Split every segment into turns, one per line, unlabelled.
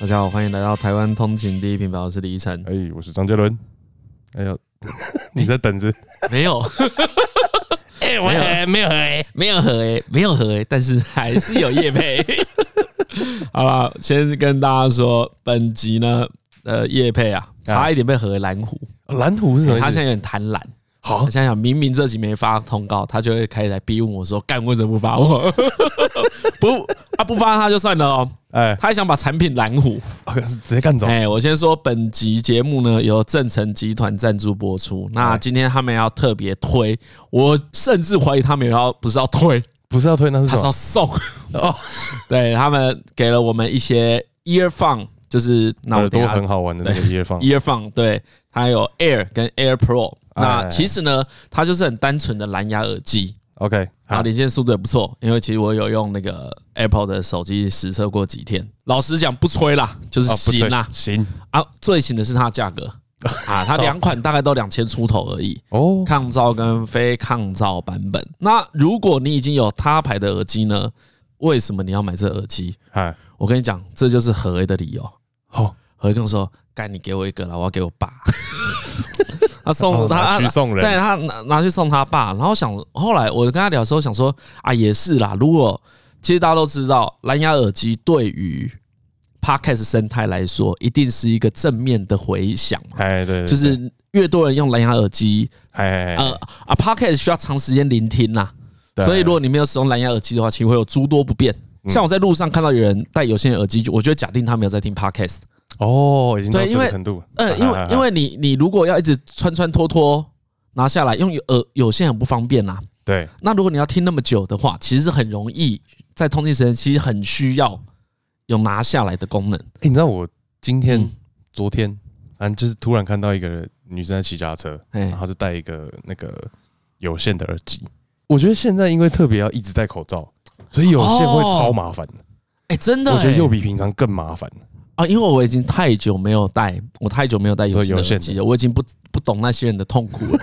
大家好，欢迎来到台湾通勤第一频道，我是李依晨。
哎、我是张杰伦。哎呦， 你在等着？
没有，
哎、
我哎
没有哎、
没有合诶、没有合诶、但是还是有叶 配。好了，先跟大家说，本集呢，呃，叶配啊，差一点被合蓝湖，
蓝图是什么意思？
他现在有点贪婪。
好
我，想想，明明这集没发通告，他就会开始来逼问我说：“干，为什么不发 我？不，他、不发他就算了哦，
哎、
他还想把产品拦虎。”
啊是直接干走。
哎、我先说本集节目呢由正成集团赞助播出。
哎
那今天他们要特别推，我甚至怀疑他们要不是要推，
不是要推，那是
他
什
是要
么？
送。
哦，
对他们给了我们一些 ear phone，就是那我
耳
等
朵
一下
很好玩的那个夜放。
ear phone，对，它有 air 跟 air pro。
哎
那其实呢，它就是很单纯的蓝牙耳机，
OK，
然
好
后，连线速度也不错，因为其实我有用那个 Apple 的手机实测过几天。老实讲，不吹啦，就是
啊，不
行啦
吹，行
啊，最新的是它的价格啊，它两款大概都两千出头而已，
哦，
抗噪跟非抗噪版本。那如果你已经有他牌的耳机呢，为什么你要买这耳机？
哎，
我跟你讲，这就是何为的理由。
好，
何为跟我说：“干，你给我一个了，我要给我 爸。”他送
哦
他
拿去送人
对他拿拿去送他爸。然后想，后来我跟他聊的时候想说啊，也是啦。如果其实大家都知道，蓝牙耳机对于 podcast 生态来说，一定是一个正面的回响嘛，
哎，对，对
就
对
是越多人用蓝牙耳机，
哎哎，哎
呃啊，podcast 需要长时间聆听啦。
对嗯
所以如果你没有使用蓝牙耳机的话，其实会有诸多不便。像我在路上看到有人戴有线耳机，我就会假定他没有在听 podcast。
哦，已经到
对
这
因为
个程度。啊
嗯，因为因为你你如果要一直穿穿脱脱拿下来，用有耳有线很不方便啦。
对
那如果你要听那么久的话，其实很容易在通勤时间其实很需要有拿下来的功能。
欸，你知道我今天、
嗯
昨天，反正就是突然看到一个女生在骑脚踏车，
哎
然后就戴一个那个有线的耳机。我觉得现在因为特别要一直戴口罩，所以有线会
哦
超麻烦的。
哎，真的、
我觉得
哎
又比平常更麻烦。
啊，因为我已经太久没有戴，我太久没有戴有线的
有线
耳
的
机了，我已经不不懂那些人的痛 苦了。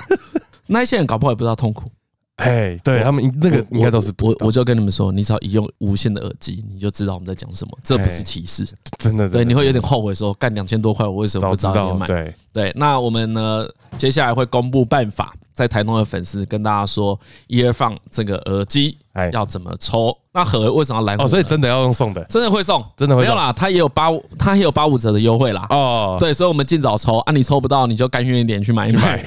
那一些人搞不好也不知道痛苦，
哎，对
我
他们那个
我
应该都是不
我
知道
我就跟你们说，你只要一用无线的耳机，你就知道我们在讲什么，这不是
哎
歧视，
真的
对，
真的
你会有点后悔说，干两千多块，我为什么
早
不
知
早点
道
买？
对
对，那我们呢，接下来会公布办法，在台东的粉丝跟大家说，一二放这个耳机
哎
要怎么抽。那何为什么要来我呢？
哦，所以真的要用送的
真的会送，
真的会
没
送
有啦，他也有八五，他也有八五折的优惠啦。
哦。
对，所以我们尽早抽啊，你抽不到你就甘愿一点去买一买。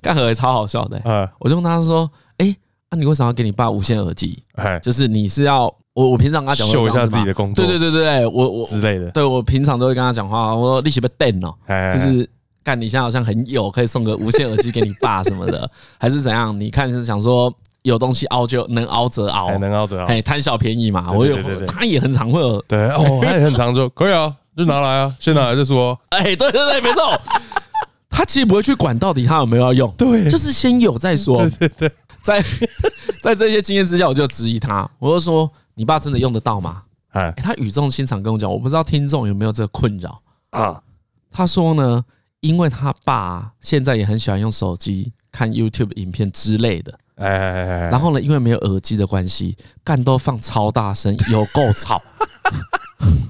干何为超好笑的、
呃，
我就跟他说，哎、那、你为什么要给你爸无线耳机？
哎，
就是你是要我我平常跟他讲
秀一下自己
的，
的工作，
对对对对对，我我
之类的，
对我平常都会跟他讲话，我说利息被电哦。
哎，
就是干你现在好像很有，可以送个无线耳机给你爸什么 的，还是怎样？你看是想说有东西凹就能凹则凹
还，能熬着熬。
哎，贪小便宜嘛。
对
我
对
有
对对对
他也很常会有，
对哦，他也很常说可以啊，就拿来啊，先拿来再说。
哎，对对对， 没错。他其实不会去管到底他有没有要用，
对
就是先有再说。对对在 在这些经验之下，我就质疑他，我就说你爸真的用得到吗？
哎
哎，他语重心长跟我讲，我不知道听众有没有这个困扰。
啊，
他说呢，因为他爸现在也很喜欢用手机看 YouTube 影片之类的，
哎哎哎哎，
然后呢，因为没有耳机的关系，干都放超大 声，有够吵。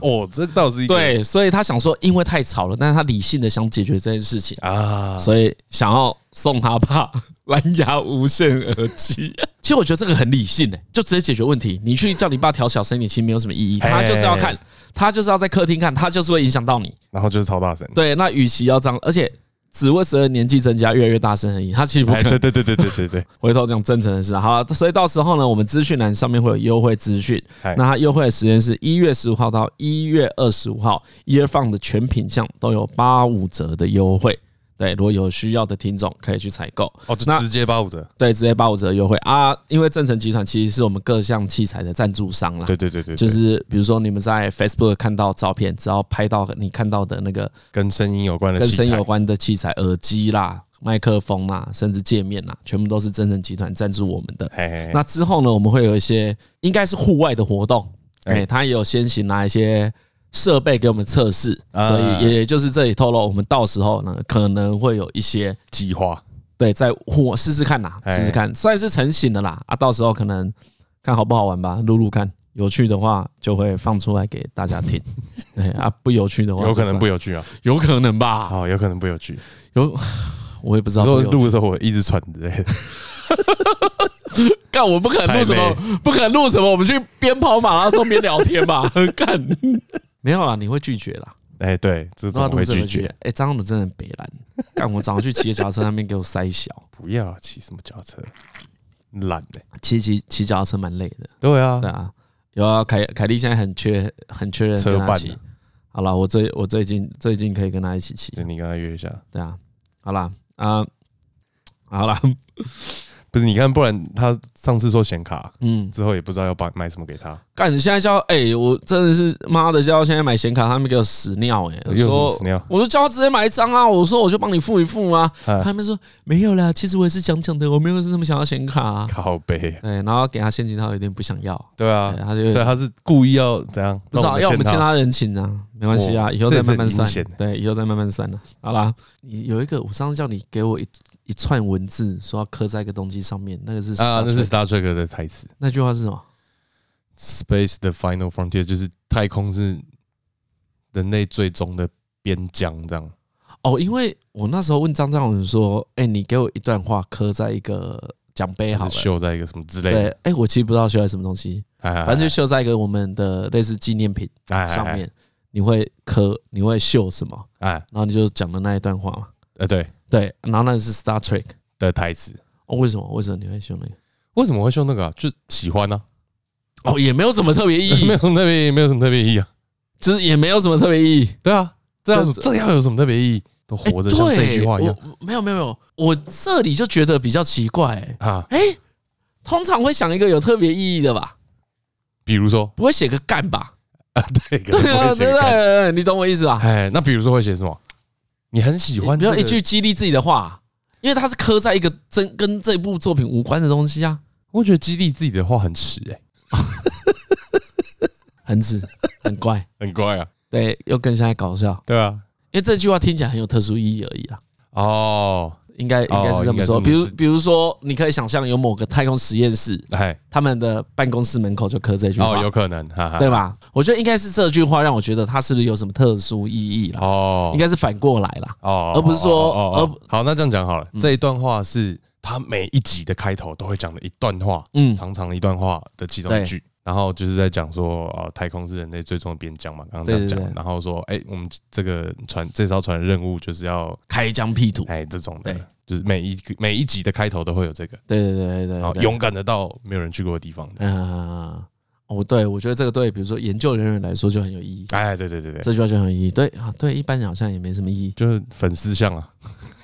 哦，这倒是一个
对，所以他想说，因为太吵了，但是他理性的想解决这件事情，
啊，
所以想要送他爸 蓝牙无线耳机。其实我觉得这个很理性诶、就直接解决问题。你去叫你爸调小声一点，其实没有什么意义。
哎
他就是要看，他就是要在客厅看，他就是会影响到你。
然后就是超大声。
对，那与其要这样，而且只会随着年纪增加越来越大声而已。他其实不可
哎，
能
对对对对对对对，
回头讲真诚的事啊。好啊，所以到时候呢，我们资讯栏上面会有优惠资讯。
嗨
那它优惠的时间是一月十五号到一月二十五号，Ear Fun 的全品项都有八五折的优惠。对，如果有需要的听众可以去采购。
哦，就
那
直接八五折。
对，直接八五折的优惠啊！因为正成集团其实是我们各项器材的赞助商啦。
对对对对，对
就是比如说你们在 Facebook 看到照片，只要拍到你看到的那个
跟声音有关的
跟
器材，
声有关的器材，耳机啦、麦克风啦，甚至界面啦，全部都是真人集团赞助我们的。
嘿。嘿嘿
那之后呢，我们会有一些应该是户外的活动，
哎
哎，他也有先行拿一些设备给我们测试，
啊
所以也就是这里透露，我们到时候呢可能会有一些
计划
对在户外试试看啦，
哎
试试看，算是成型的啦啊，到时候可能看好不好玩吧，录录看，有趣的话就会放出来给大家 听。对啊，不有趣的话，
有可能不，有趣啊，哦
有可能吧？
好，有可能不有趣。
有， 我也不知
有
道哦不
时候
有趣。
录的时候我一直喘之类的，
干，我不可能录什
太
么，不可能录什么，我们去边跑马拉松边聊天 吧。干，没有啦，你会拒绝啦，
哎，对，这
不知道
种
读
会
者会
拒
拒
绝，
绝。哎，张鲁真的很北蓝， 干，我早上去骑脚踏车那边给我塞小，
不要骑什么脚踏车，懒的。
骑骑骑脚踏车蛮累的。
对啊
对，啊，有啊，凯凯莉现在很缺很缺人
车
跟他
伴
骑
啊。
好了，我最我最近最近可以跟他一起骑
就，你跟他约一下，
对啊，好啦，啊、好啦，
不是你看，不然他上次说显卡
嗯，
之后也不知道要帮买什么给他，
干，你现在叫哎、我真的是妈的叫现在买显卡，他们给我屎尿哎、
又
我
有什么
说
屎尿？
我说叫他直接买一张啊，我说我就帮你付一付啊，
哎
他们说没有啦，其实我也是讲讲的，我没有是那么想要显卡、啊，
靠背，
对，然后给他现金他有点不想要，
对啊
对，他就有
所以
点
他是故意要怎样？
不知道要我们欠
欠他
他人情啊，没关系啊，
哦
以后再慢慢
这也是
算
很阴险。
对，以后再慢慢算了。好啦，你有一个，我上次叫你给我一一串文字，说要刻在一个东西上面，那个是
啊，那是
Star Trek
Star Trek 的台词
那句话是什么？
，Space the final frontier，就是太空是人类最终的边疆，这样。
哦，因为我那时候问张张勇说：“哎，你给我一段话刻在一个奖杯好
还
了
是。秀在一个什么之”类
对
的，，哎
哎，我其实不知道修在什么东西，
反
反正就绣在一个我们的类似纪念品
就
上，面。你会刻，你会绣什么？
哎哎哎，
然后你就讲的那一段话嘛。
呃，对
对，然后那是 Star Trek。
的台词，
哦，为什么？为什么你会绣那个？
为什么会秀那个啊？就喜欢啊，
哦，也没有什么特别意 义
没有，什么特别，没有什么特别意义啊。
就是也没有什么特别意义。
对啊，这样
这
这样有什么特别意义？都活着像
欸
这句话一样，
对我没有没有没有，我这里就觉得比较奇怪、欸。
啊。
哎、通常会想一个有特别意义的吧，
比如说
不会写个干吧？
啊，对，可
对
能不
啊，
会写
对对
干
对，你懂我意思吧？
哎，那比如说会写什么？你很喜欢
不
这
要
个
一句激励自己的话，因为它是刻在一个真跟这部作品无关的东西啊，
我觉得激励自己的话很迟哎、
很 直很怪，
很乖啊，
对，又更现在搞笑，
对啊，
因为这句话听起来很有特殊意义而已啊。
哦，
应该应该是这么说，
哦应该是这么
比如
是
比如说，你可以想象有某个太空实验室，
哎，
他们的办公室门口就刻这句话，
哦，有可能，哈哈，
对吧？我觉得应该是这句话让我觉得它是不是有什么特殊意义啦？
哦，
应该是反过来啦。
哦，
而不嗯是说
哦哦哦哦好，那这样讲好了，这一段话是他每一集的开头都会讲的一段话，
嗯，
长长的一段话的其中一句，然后就是在讲说，呃，太空是人类最终的边疆嘛，刚刚这样
对对
讲，
对
然后说，哎，我们这个船这艘船的任务就是要，
开疆辟土。
哎，这种
对
的，就是每一个每一集的开头都会有这个，
对对对对对
然后
对，
勇敢的到没有人去过的地方，
嗯，哦，对，我觉得这个对，比如说研究人员来说就很有意义，
哎，对对对对，
这句话就很有意义。对啊，对，一般人好像也没什么意义，
就是粉丝像啊，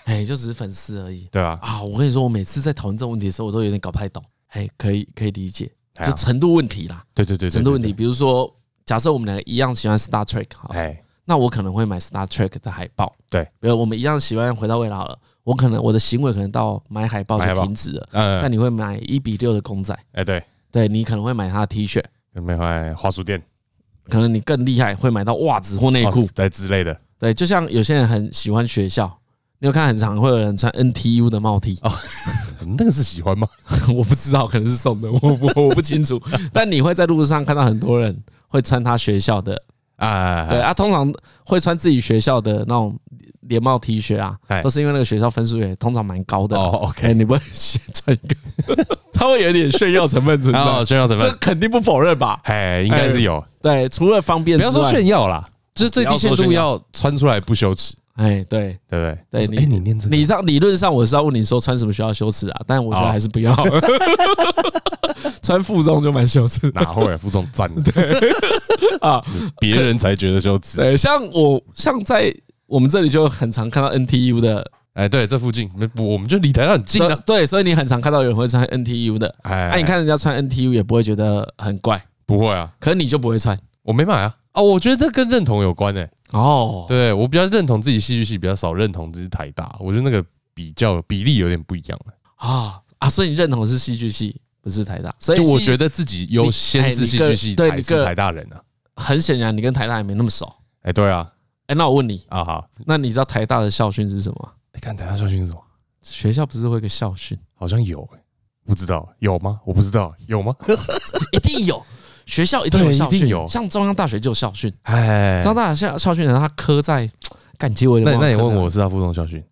哎，就只是粉丝而已
对啊，
啊。我跟你说，我每次在讨论这个问题的时候，我都有点搞不太懂。哎，可以可以理解，
哎
就
呀
程度问题啦，
对对对，对
程度问，题。
对对
比如说，假设我们两个一样喜欢 Star Trek，好了
哎，
那我可能会买 Star Trek 的海报。
对，
比如我们一样喜欢回到未来好了，我可能我的行为可能到买海报
买海
就
报
停止了，但
嗯，
你会买一比六的公仔，
哎，对，
对你可能会买他的 T 恤，
没有哎，花书店、
可能你更厉害会买到袜子或内
哦
裤，
在之类的，
对，就像有些人很喜欢学校。你有看很常会有人穿 NTU 的帽 T，
嗯那个是喜欢吗？
我不知道，可能是送的，我我我不清楚。 但你会在路上看到很多人会穿他学校的
啊，
对啊，通常会穿自己学校的那种连帽 T 恤啊
哎，
都是因为那个学校分数也通常蛮高的。
哦
哎、
，OK，
你不会先穿一个， 他会有点炫耀成分 存在，
然后哦炫耀成
这
分，
肯定不否认吧？
哎，啊应该是有，
对，除了方便
不
之
要说
外，
炫耀啦，就是最低限度要穿出来不羞耻，
哎，对
对不
对
对？
你
哎，你念这个，
你上理论上我是要问你说穿什么学校羞耻啊，但我觉得
哦
还是不要， 穿附中就蛮羞耻的
哪会啊附中赞 的
啊。
别人才觉得羞耻。
对，像我像在我们这里就很常看到 NTU 的，
哎，对，这附近，不我们就离台上很近啊。
对，所以你很常看到有人会穿 NTU 的，
哎，
哎、你看人家穿 NTU 也不会觉得很怪，
不会啊，
可是你就不会穿
我没买啊。哦，我觉得这跟认同有关诶、欸
哦。
对我比较认同自己戏剧系，比较少认同自己台大，我觉得那个比较比例有点不一样。
啊啊，所以你认同是戏剧系，不是台大，所以
就我
戏
觉得自己优先是戏剧
你
系
个对
才
你
是
个
台大人啊。
很显然你跟台大也没那么熟。
哎，对啊，
哎、那我问你，
啊好，
那你知道台大的校训是什么吗？
你看台大校训是什么？
学校不是会有一个校训，
好像有、欸，不知道有吗？我不知道有吗？
一定有。学校一定有
对
校
一定
训，
有
像中央大学就有校训，
哎，
中央大学校校训呢，它刻在，干机我有
那
点
你
忘了
那你
刻在
问
哪
我，师大附中校训，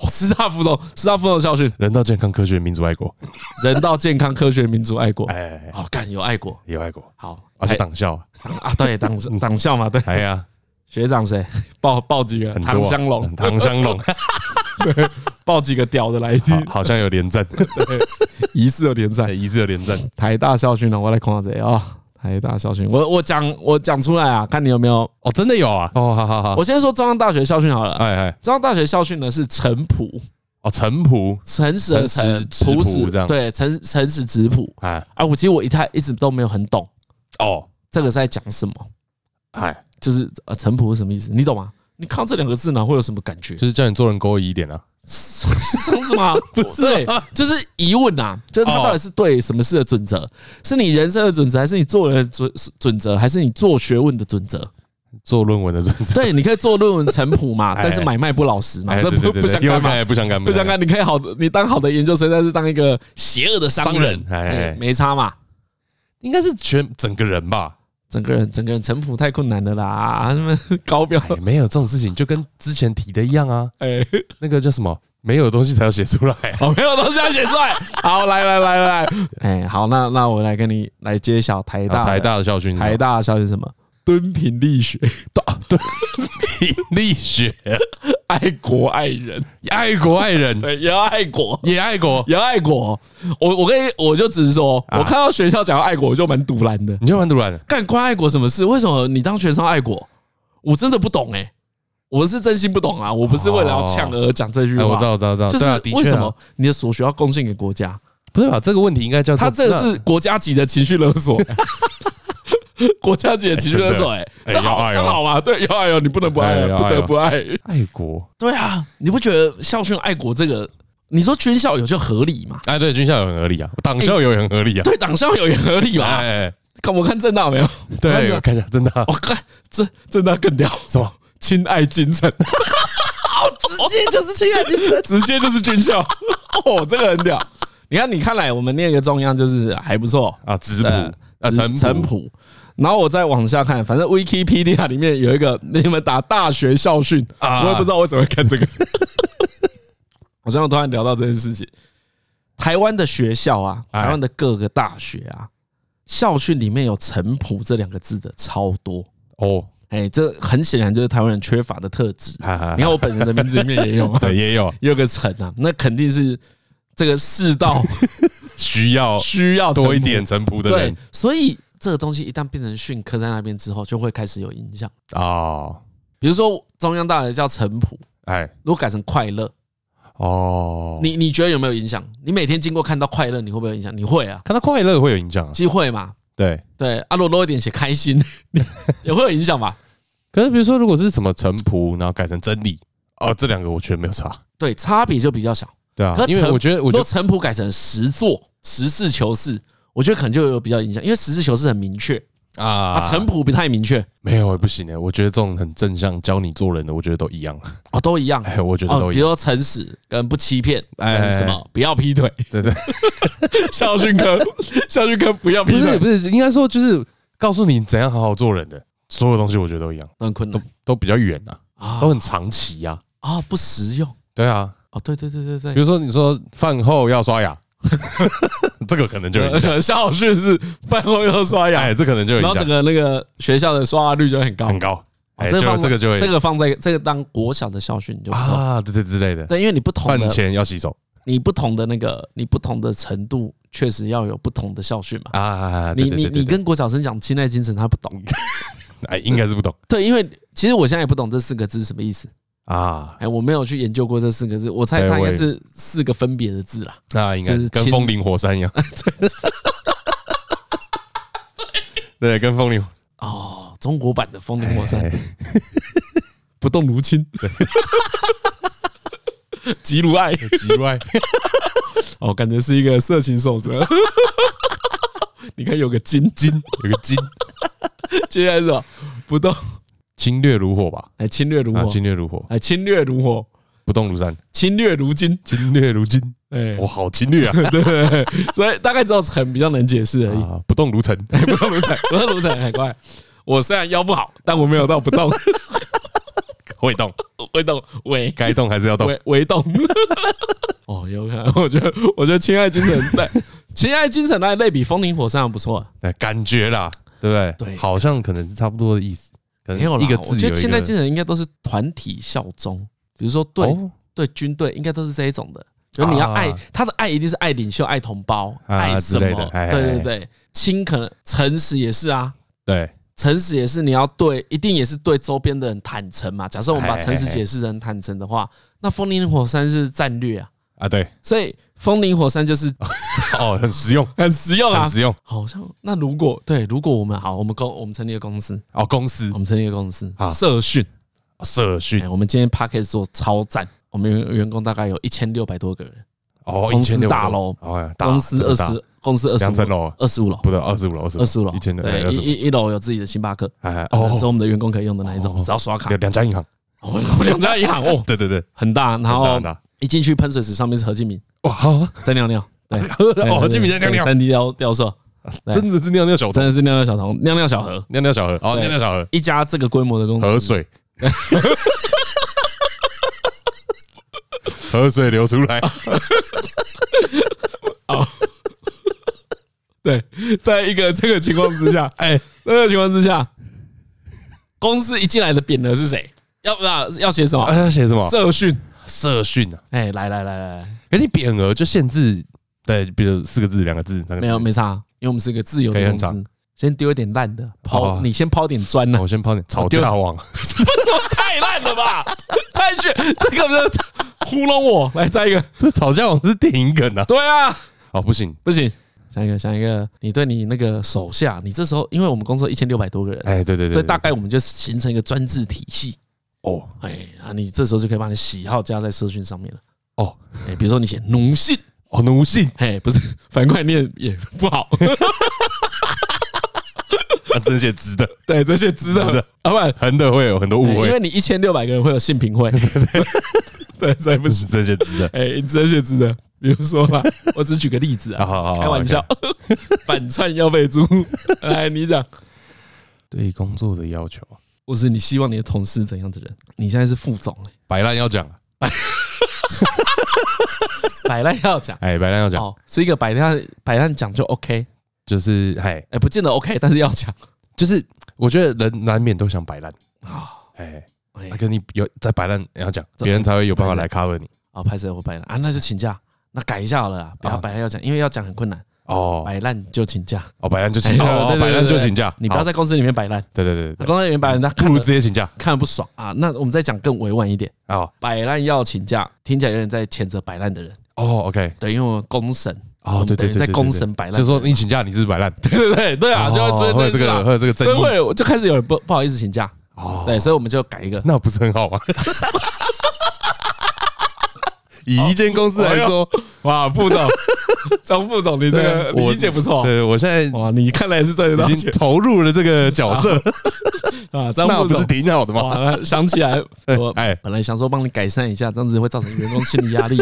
我师大附中，师大附中的校训，
人道健康科学民主爱 国，
人道健康科学民主爱 国，
哎，
好哦干有爱国，
有爱国，
好
而
还
哦且党校，
啊对 党党校嘛对，
哎呀，
学长谁报报几个
很多啊
唐香龙，
唐香龙，
报几个屌的来
好好像有连战，
疑似有点在
哎，一致有连战，
台大校训呢，我来看下啊。台大校训，我我讲我讲出来啊，看你有没有。
哦，真的有啊，哦，好好好，
我先说中央大学校训好了。
哎哎，
中央大学校训呢是诚朴，
哦，陈朴，
诚实的诚，
诚实
朴
质朴
实
这样
对，诚诚实质朴。
哎，
啊，我其实我一太一直都没有很懂
哦，
这个是在讲什么，
哎，
就是呃诚朴是什么意思，你懂吗？你看到这两个字哪会有什么感觉？
就是叫你做人勾引一点啊，
是 是这样子 吗？不是，对，就是疑问啊，就是他
哦
到底是对什么事的准则？是你人生的准则，还是你做人的准准则，还是你做学问的准则？
做论文的准则，
对，你可以做论文诚朴嘛，
哎
但是买卖不老实嘛，
哎，
这
对
不
对对
不
对
相
又
干嘛？
哎不相干，
不相干，你可以好的，你当好的研究生，但是当一个邪恶的商
商
人
人，哎
哎
哎
没差嘛。
应该是全整个人吧？
整个人整个人城府太困难了啦，那么 高标
哎，没有这种事情，就跟之前提的一样啊。
哎，哦
那个叫什么？没有的东西才要写出来啊。
我没有东西要写出 来。好，来来来来，哎，好，那那我来跟你来揭晓台大的
台大的校训是什么，
台大校是什么？敦品力学，
力学，
爱国爱人，
爱国爱人，
对，也要爱 国。
也爱国。
也要爱国，我我跟你我就只是说，我看到学校讲要爱国，我就蛮堵然的。
你就蛮突然的，
干关爱国什么事？为什么你当学生要爱国？我真的不懂哎、我是真心不懂啊！我不是为了要呛而讲这句
哎，
话，
我知道，我知道，我知道，
就
对啊的
是
确啊
为什么你的所学要贡献给国 家？
不是吧？这个问题应该叫做
他这个是国家级的情绪勒 索，国家级的情绪勒索、欸，这
哎要
好
爱哦
这好吗？对，要爱哦，你不能不爱
哎要
哦，
爱
不
哦
得不爱。
那爱国。
对啊，你不觉得校训爱国这个，你说军校有就合理嘛？
哎，对，军校有很合理啊，党校有也很合理啊。
对，党校有也合理嘛？
哎，哎
看我看正大没有？
对，我看一下，真的啊
我看这正大更屌，
什么？
亲爱精 神。
直接就是侵害精 神。
直接就是军校。哦，这个很屌。你看，你看来我们那个中央就是还不错，
啊，质朴
呃
啊，
陈
陈朴，
朴。然后我再往下看，反正 Wikipedia 里面有一个， 你们打大学校训，
啊
我也不知道为什么会看这个。好像我突然聊到这件事情，台湾的学校啊，
哎
台湾的各个大学啊，校训里面有“陈朴”这两个字的超多。
哦，
哎，这很显然就是台湾人缺乏的特质。
哈哈
你看我本人的名字里面也有啊，
对，也有
有个城啊，那肯定是这个世 道
需要
需要
哦多一
城
点
府。
陈朴的
对
人，
所以这个东西一旦变成训刻在那边之后，就会开始有影响。
哦，
比如说中央大学叫陈朴，
哎，
如果改成快乐，
哦，
你你觉得有没有影响？你每天经过看到快乐，你会不会有影响？你会啊，
看到快乐会有影响啊，
机会嘛。
对。
对，阿罗多一点写开心， 也会有影响吧？
可是比如说，如果是什么陈朴，然后改成真理，哦，这两个我全没有差，
对，差别就比较小。
对啊
可，是
因为
陈
我觉得，我
如
觉
果
得
陈朴改成实做、实事求是，我觉得可能就有比较影响，因为实事求是很明确啊，
啊
陈朴不太明确
没有不行的，欸我觉得这种很正向教你做人的，我觉得都一样。
哦，都一样。
哎，我觉得
哦，
都一
比
样，
如说诚实跟不欺骗，
哎
哎，什么不要劈腿，
对对，
校训科，校训科不要
不
劈
是
腿，
不是，应该说就是告诉你怎样好好做人的，所有东西我觉得都一样，
都很困
都
难
都比较远啊，
啊
都很长期呀、啊。
啊不实用
对啊，
哦，对对对对
比如说你说饭后要刷牙， 这个可能就有影 响。
对，校训是饭后要刷牙，
哎，这可能就有
然后
影
整
响，
个那个学校的刷牙率就很高
很，高。
哦
哎，就
放
这个就
这
会
个放在这个当国小的校训你就不错，
啊，对对之类的。
对，因为你不同
饭
的
前要洗手
你不同的那个你不同的程度，确实要有不同的校训嘛。
啊，对
你
对
你
对对
你
对
跟国小生讲亲爱精神，他不懂。
哎，应该是不懂
对，因为其实我现在也不懂这四个字是什么意思。
啊，
哎，我没有去研究过这四个字，我猜
对
它应
我
该
也
是四个分别的字啦。
那应该
就是
跟
亲
风林火 山一样，对，跟风林火
哦，中国版的《风林火山》
哎
不动如 亲，极如爱
极外，
哦，感觉是一个色情守则。 你看有个金金，
有个 金
接下来是什么不动，
侵略如火吧，
哎，侵略如
啊，
火，
侵略如火，
哎，侵略如火，
不动如山，
侵略如金，
侵略如金，
哎
我，好侵略啊！
所以大概只有陈比较能解释而 已。
啊不动如城，不动如城，
我是卢晨，很怪。我虽然腰不好，但我没有到不动，
会动，
会动，微
该动还是要动。
微微动。 哦，有可能，我觉得，我觉得《亲爱精神》在《亲爱精神》那类比《风林火山》还不错。
哎，感觉啦，对不对？
对
好像可能是差不多的意思，可
没有
能
啦
呃一个，
我
字
觉
有
得
一
现在
个
精神应该都是团体效忠，比如说对、
哦
对军队，应该都是这一种的。比如你要爱、
啊
他的爱，一定是爱领袖、爱同胞、
啊
爱什么
之类的？哎
对对
哎
对，亲可能诚实也是啊，
对
诚实也是你要对，一定也是对周边的人坦诚嘛。假设我们把
哎哎
诚实解释成坦诚的话，那风林火山是战略啊，
啊，对，
所以风林火山就是
哦， 很实用，
很实用啊
很。实用。
好像那如果对，如果我们好，我们公我们成立一个公司，
哦，公司
我们成立一个公司
好，
社训。
社
哎、
训
我们今天 p a c k a g e 做超赞，我们员员工大概有一千六百多个人，
哦，
公司
1600
大楼
哦，呀大
公司
真的
二
大
十，公司二十
两层
五，
楼，
二十五楼，
不对，二十五楼，二十
二十五楼，
一千六百
对，
二
一
十五，
一一楼有自己的星巴克，
哎
哦，只有
哦，
我们的员工可以用的那一种，
哦
只要刷卡
有，两家银行，
我们两家银行 哦，
对对对，
很大，然后
很大很大
一进去喷水池上面是何敬明
哇，好啊，
在尿 尿，对，
哦，何俊明在尿尿，
三 D 雕雕塑，对
真的是尿尿
真
小童，
的是尿尿小童，尿尿小何，
尿尿小河，哦，
对
尿尿小河，
一家这个规模的公司，
河水， 河水流出来，
对，在一个这个情况之 下，
哎，
那个情况之下，公司一进来的匾额是谁？要不要要写什么
啊，？要写什么？
社训。
社训啊，
哎，来来来来来，
可是你匾额就限制，对，比如四个字、两个字、三个字，
没有没差，因为我们是一个自由
可以
的
很
公司，先丢一点烂的，
哦
抛你先抛点砖啊
那
呐
哦我，先抛点吵
丢
架王，
这不是太烂了吧？太绝，这个不是糊弄 我，来再一个，
这吵架王是电影梗啊！
对啊，
哦，不行，
不行，想一个想一个，你对你那个手下，你这时候因为我们公司有一千六百多个人，
哎，对对对，
所以
对
大概我们就形成一个专制体系。
哦
哎啊，你这时候就可以把你喜好加在社群上面了。
哦
哎，比如说你写奴性，
哦，奴性
哎，不是反过来念也不好。
啊，真的写直的，
对，这些知道
是
的，
的
啊不然
横的会有很多误
哎因
会
为，你一千六百个人会有性评会， 对，所以不行。
真的写直的。
哎、这些值得。比如说 啦，我只举个例子
啊，
啊，
好好，好
开玩笑， 反串要被猪。来，你讲，
对工作的要求啊，
我是你希望你的同事怎样的人？你现在是副总、
白烂要讲啊，
摆烂要 讲
哎，白烂要讲，
哦，是一个摆烂摆烂讲就 OK，
就是哎，
哎、不见得 OK，但是要 讲
就是我觉得人难免都想摆烂，
啊。
哎，
哎
那，跟你有在摆烂要讲，
这
别人才会有办法来 cover 你。
好，拍摄或摆烂啊，那就请假，那改一下好了啦，不要
啊
摆烂要讲，因为要讲很困难，
哦
摆烂就请假，
哦，摆烂就请
哎
假，
哦
哦
对对对
摆烂就
对对
请假，
你不要
好
在公司里面摆烂，
对对对对对，
公司里面摆烂，那
不
看
如
了
直接请假
看了不爽啊。那我们再讲更委婉一点，
啊。哦
摆烂要请假，听起来有点在谴责摆烂的人。
哦，OK，
对，因为我公审，我
哦，
们
对对
等于
对，
在
对
公
对
审摆烂，
就说你请假，你是不是摆烂，
对对对对啊，
哦
就会出现
会有这
件事啊
个会有这个争
所以会
议
有就开始有人不不好意思请假，
哦，
对，所以我们就改一个，
那不是 很好吗？以一间公司来说，
哇，副 总，哦哎张副总，你这个
我
理解不错，哦
对我现在
哇，你看来也是赚得到
已经
钱
投入了这个角色，
啊，张
那
副
不是
总。
挺好的吗？
哇，想起来，我
哎
本来想说帮你改善一下，这样子会造成员工心理压 力，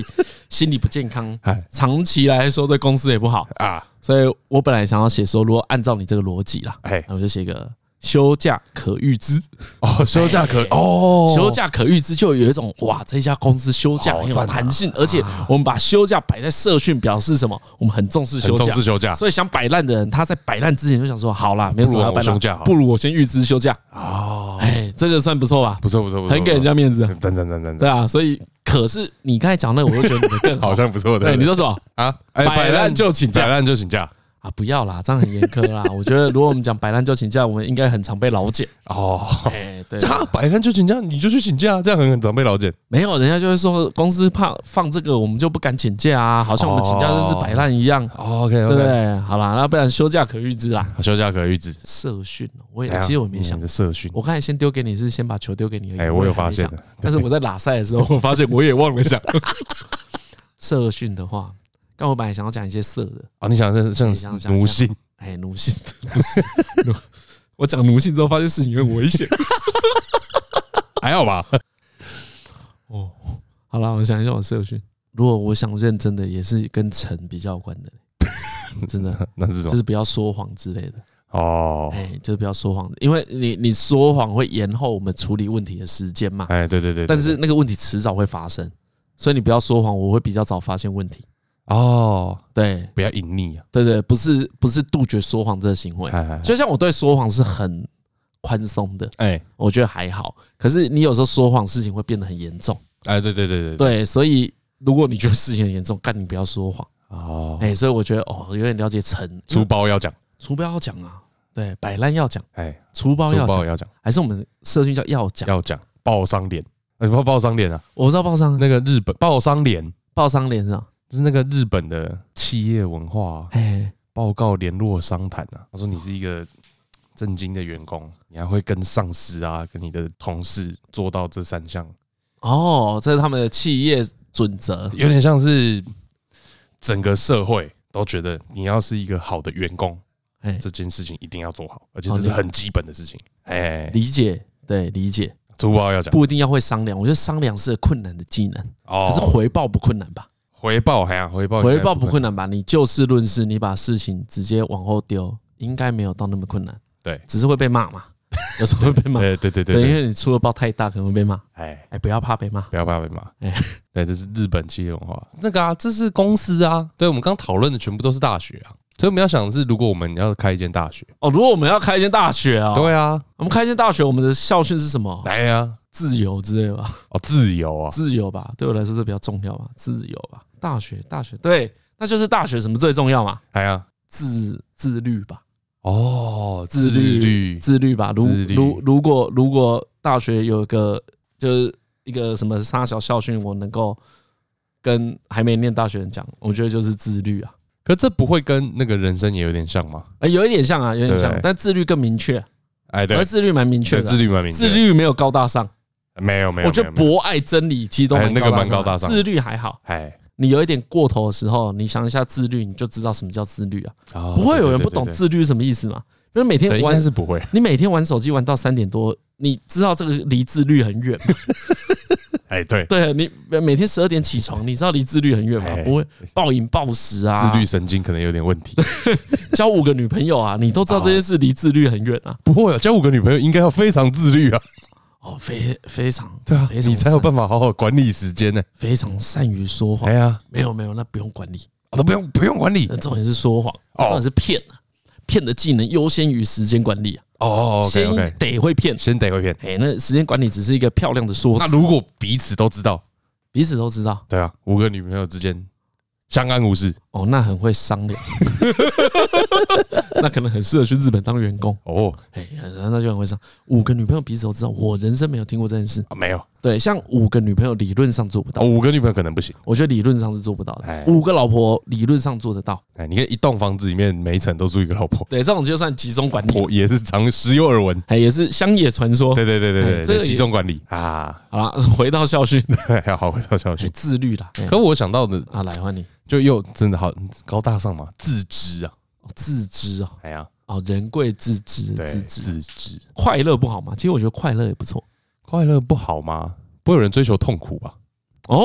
心理不健康，
哎
长期来说对公司也不好。
啊，
所以我本来想要写说，如果按照你这个逻辑啦，
哎
那我就写一个休假可预知，
哦，休假
哎
可哦，
休假可预知就有一种哇，这家公司休假很
啊
有弹性，而且我们把休假摆在社训，表示什么？我们很重视
很
休
重
假
视。休假
所以想摆烂的人，他在摆烂之前就想说，好啦，没有什么要摆
不如我休
烂
假，好
不如我先预知休假。
哦，
哎，这个算不错吧？
不错不错不错，
很给人家面子
不，错，赞赞赞赞
对
赞，
啊。所以，可是你刚才讲那，我就觉得你的更好
好。像不错的
对，你说什么
啊，哎
摆烂就请假
摆烂就请假
啊？不要啦，这样很严苛 啦。我觉得如果我们讲摆烂就请假，我们应该很常被劳检。
哦，
哎，对
这，样摆烂就请假，你就去请假，这样很很常被劳检
没有人家就会说公司怕放这个，我们就不敢请假啊，好像我们请假就是摆烂一样。
哦，OK
对不
OK，
对？好啦，那不然休假可预知啦。
休假可预知，
社训哦，我也
哎呀
其实我没想
你的，社训，啊
我刚才先丢给你是先把球丢给你而已。
哎，我
也
有
还
发
没
现
想
的，
但是我在拉赛的 时候，我发现我也忘了想。社训的话，刚我本来想要讲一些色的，
啊，你想这像
你想想
奴性
哎，奴性不是。奴 我讲奴性之后，发现事情有点危险。
还好吧？
哦，好啦，我想一下我社训。如果我想认真的，也是跟诚比较有关的，真的
那是什
就
么？
是不要说谎之类的。
啊哦，
哎、就是不要说谎，因为你你说谎会延后我们处理问题的时间嘛。
哎，对对对，对
但是那个问题迟早会发生，所以你不要说谎，我会比较早发现问题。
哦，
对
不要隐匿啊，
对对，不是不是杜绝说谎这个行为。
哎哎
就像我对说谎是很宽松的，
哎
我觉得还好。可是你有时候说谎，事情会变得很严重。
哎，对对对对，
对，所以如果你觉得事情很严重，干你不要说谎。
哦，
哎，所以我觉得哦，有点了解陈
粗包要讲，
除标要讲啊，对，摆烂要讲，
哎，
除包
粗
要
包
讲，
要讲，
还是我们社区叫要讲。
要讲爆伤脸，哎，不爆伤脸啊，
我知道报商
那个日本爆伤脸
报商脸上，
就是那个日本的企业文化啊、
哎，
报告联络商谈啊，他说你是一个正经的员工，你还会跟上司啊、跟你的同事做到这三项，
哦，这是他们的企业准则。
有点像是整个社会都觉得你要是一个好的员工，
哎，
这件事情一定要做好，而且这
哦
是很基本的事情。哎，
理解，对，理解，
粗暴要讲
哦不一定要会商量。我觉得商量是个困难的技能，
哦
可是回报不困难吧？
回报还啊，回报
回哦报不
会
困难吧？你就事论事，你把事情直接往后丢，应该没有到那么困难，
对
只是会被骂 嘛，有时候会被骂。
对对对对
对，因
对，
为你出的包太大，可能会被骂。
哎，
哎，不要怕被骂。
不要怕被骂
哎。
对，这是日本企业文化。那个啊，这是公司啊。对，我们刚讨论的全部都是大学啊。所以我们要想的是，如果我们要开一间大学，
哦，如果我们要开一间大学啊，
对啊，
我们开一间大学，我们的校训是什么？
来啊，
自由之类的吧。
哦，自由啊，
自由吧，对我来说是比较重要吧，自由吧，大学大学对，那就是大学什么最重要嘛？
来啊，
自自律吧，
哦，
自律
律，
自律吧。如
自律
如如果如果大学有一个就是一个什么沙小校训，我能够跟还没念大学人讲，我觉得就是自律啊，
可这不会跟那个人生也有点像吗？
哎、有一点像啊，有一点像
对，
但自律更明确，啊
哎，
而
对，
自律蛮明确
对
的啊、
自律蛮明确
自
的，
律没有高大上，
没有没有，
我觉得
没有，
博爱真理其实都
哎
蛮
那个蛮
高
高
大
大
上
上
的，自律还好。
没有哎，
你有一点过头的时候，你想一下自律，你就知道什么叫自律啊。
哦
不会有人
对对
不
对
懂
对
自律是什么意思嘛？就是每
对，
天
应该
玩，
是不会，
你每天玩手机玩到三点多，你知道这个离自律很远 吗？
哎，对，
对啊你每天十二点起床，你知道离自律很远吗
哎？
不会暴饮暴食啊，
自律神经可能有点问题，
交五个女朋友啊，你都知道这件事离自律很远啊。
不会啊，交五个女朋友应该要非常自律啊，
哦，非非常
对啊，
非常
你才有
善
办法好好管理时间呢，
非常善于说谎
哎。呀，
没有没有，那不用管理，
哦我都不用不用管理
那，重点是说谎，
哦
重点是骗啊，骗的技能优先于时间管理啊，
哦，OK
先
OK，
得会骗。
先得会骗，
哎，那时间管理只是一个漂亮的说
那
辞，
如果彼此都知道，
彼此都知道。
对啊，五个女朋友之间相安无事，
哦，那很会商量， 那可能很适合去日本当员工。
哦，
哎，那就很会商。五个女朋友彼此都知道，我人生没有听过这件事。
啊没有，
对，像五个女朋友理论上做不
哦
到，
五个女朋友可能不行，
我觉得理论上是做不到的
哎。
五个老婆理论上做得到，
哎，你看一栋房子里面每一层都住一个老婆。
对，这种就算集中管理，
我也是常时有耳闻，
哎，也是乡野传说。
对对对
哎
对对
这个也
对，集中管理 啊，
好了，回到校训，
要好回到校
哎
训。
自律啦。哎
可我想到的
啊，来换你，
就又真的好高大上嘛，自知啊，
哦自知哦，
哎呀，
哦，人贵自知，
对，
自知
自知，
快乐不好吗？其实我觉得快乐也不错
快乐不好吗？不会有人追求痛苦吧？
哦。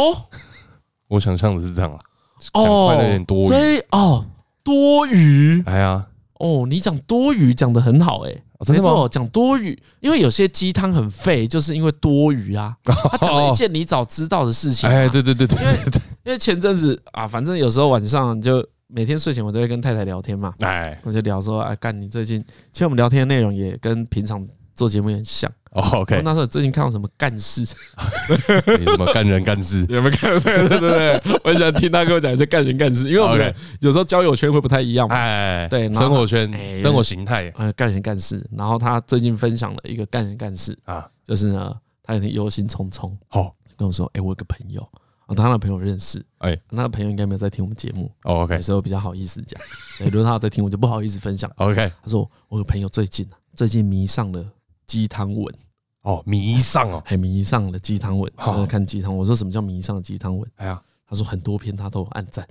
我想象的是这样啦，啊讲
哦，
快乐有点多
所
余，
以哦，多余
哎呀，
哦，你讲多余讲的很好哎、
哦真的
没
吗？
错讲多余，因为有些鸡汤很废，就是因为多余 啊。他讲了一件你早知道的事情、啊，
哎，对对对对
因为
对对，
因为前阵子啊，反正有时候晚上就每天睡前我都会跟太太聊天嘛，
哎，
我就聊说，哎，干你最近，其实我们聊天的内容也跟平常做节目也很像。
哦
我
，OK，
那时候最近看到什么干事，
你什么干人干事
有没有看到？对对对对，我很喜欢听他跟我讲一些干人干事，因为我们
OK
有时候交友圈会不太一样嘛。
哎，
对然后
生活圈
哎、
生活形态
呃干人干事，然后他最近分享了一个干人干事，
啊，哦
就是呢，他有点忧心忡忡，
好
就跟我说：“哎、我有个朋友，啊，他那朋友认识，哎、
哎
那朋友应该没有在听我们节目，
哦
哎、
，OK
所以我比较好意思讲。哎、如果他有在听，我就不好意思分享。
OK，
他说我有个朋友最近啊，最近迷上了鸡汤文，
哦，迷上哦，
还迷上了鸡汤文，他
好
在看鸡汤。我说什么叫迷上鸡汤文？
哎呀
他说很多篇他都有暗赞，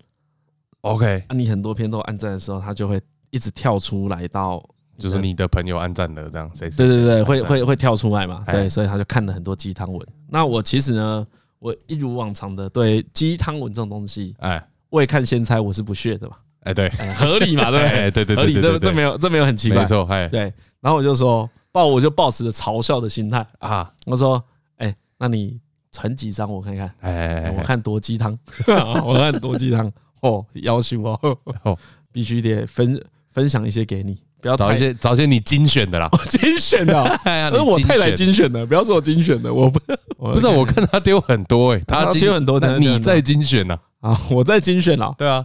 ，OK，
啊，你很多篇都有暗赞的时候，他就会一直跳出来到。”
就是你的朋友按赞的这样，谁谁
对对对，
按
会
赞
会会跳出来嘛？
哎
对，所以他就看了很多鸡汤文。那我其实呢，我一如往常的对鸡汤文这种东西，
哎
未看先猜，我是不屑的嘛，
哎，对，
哎合理嘛，对不
哎
对？
对对对
合理，
对
这
对
这
对
没有这没有很奇怪
没，错，哎
对。然后我就说，抱我就抱持着嘲笑的心态，
啊，
我说，哎，那你传几张我看看，
哎哎
哎
哎
我
哎，
看多鸡汤， 我看多鸡汤，哦，要求哦，
哦
必须得分分享一些给你，不要
找
太
一些找一些你精 选的啦。
精选的哦，
哎呀
那是我太太
精
精选的，不要说我精选的， 我不
选
不
不是我看他丢很多哎，
他
精
丢很多
那
他丢
你
很多
在精选呐？
啊，我在精选啦，
对啊，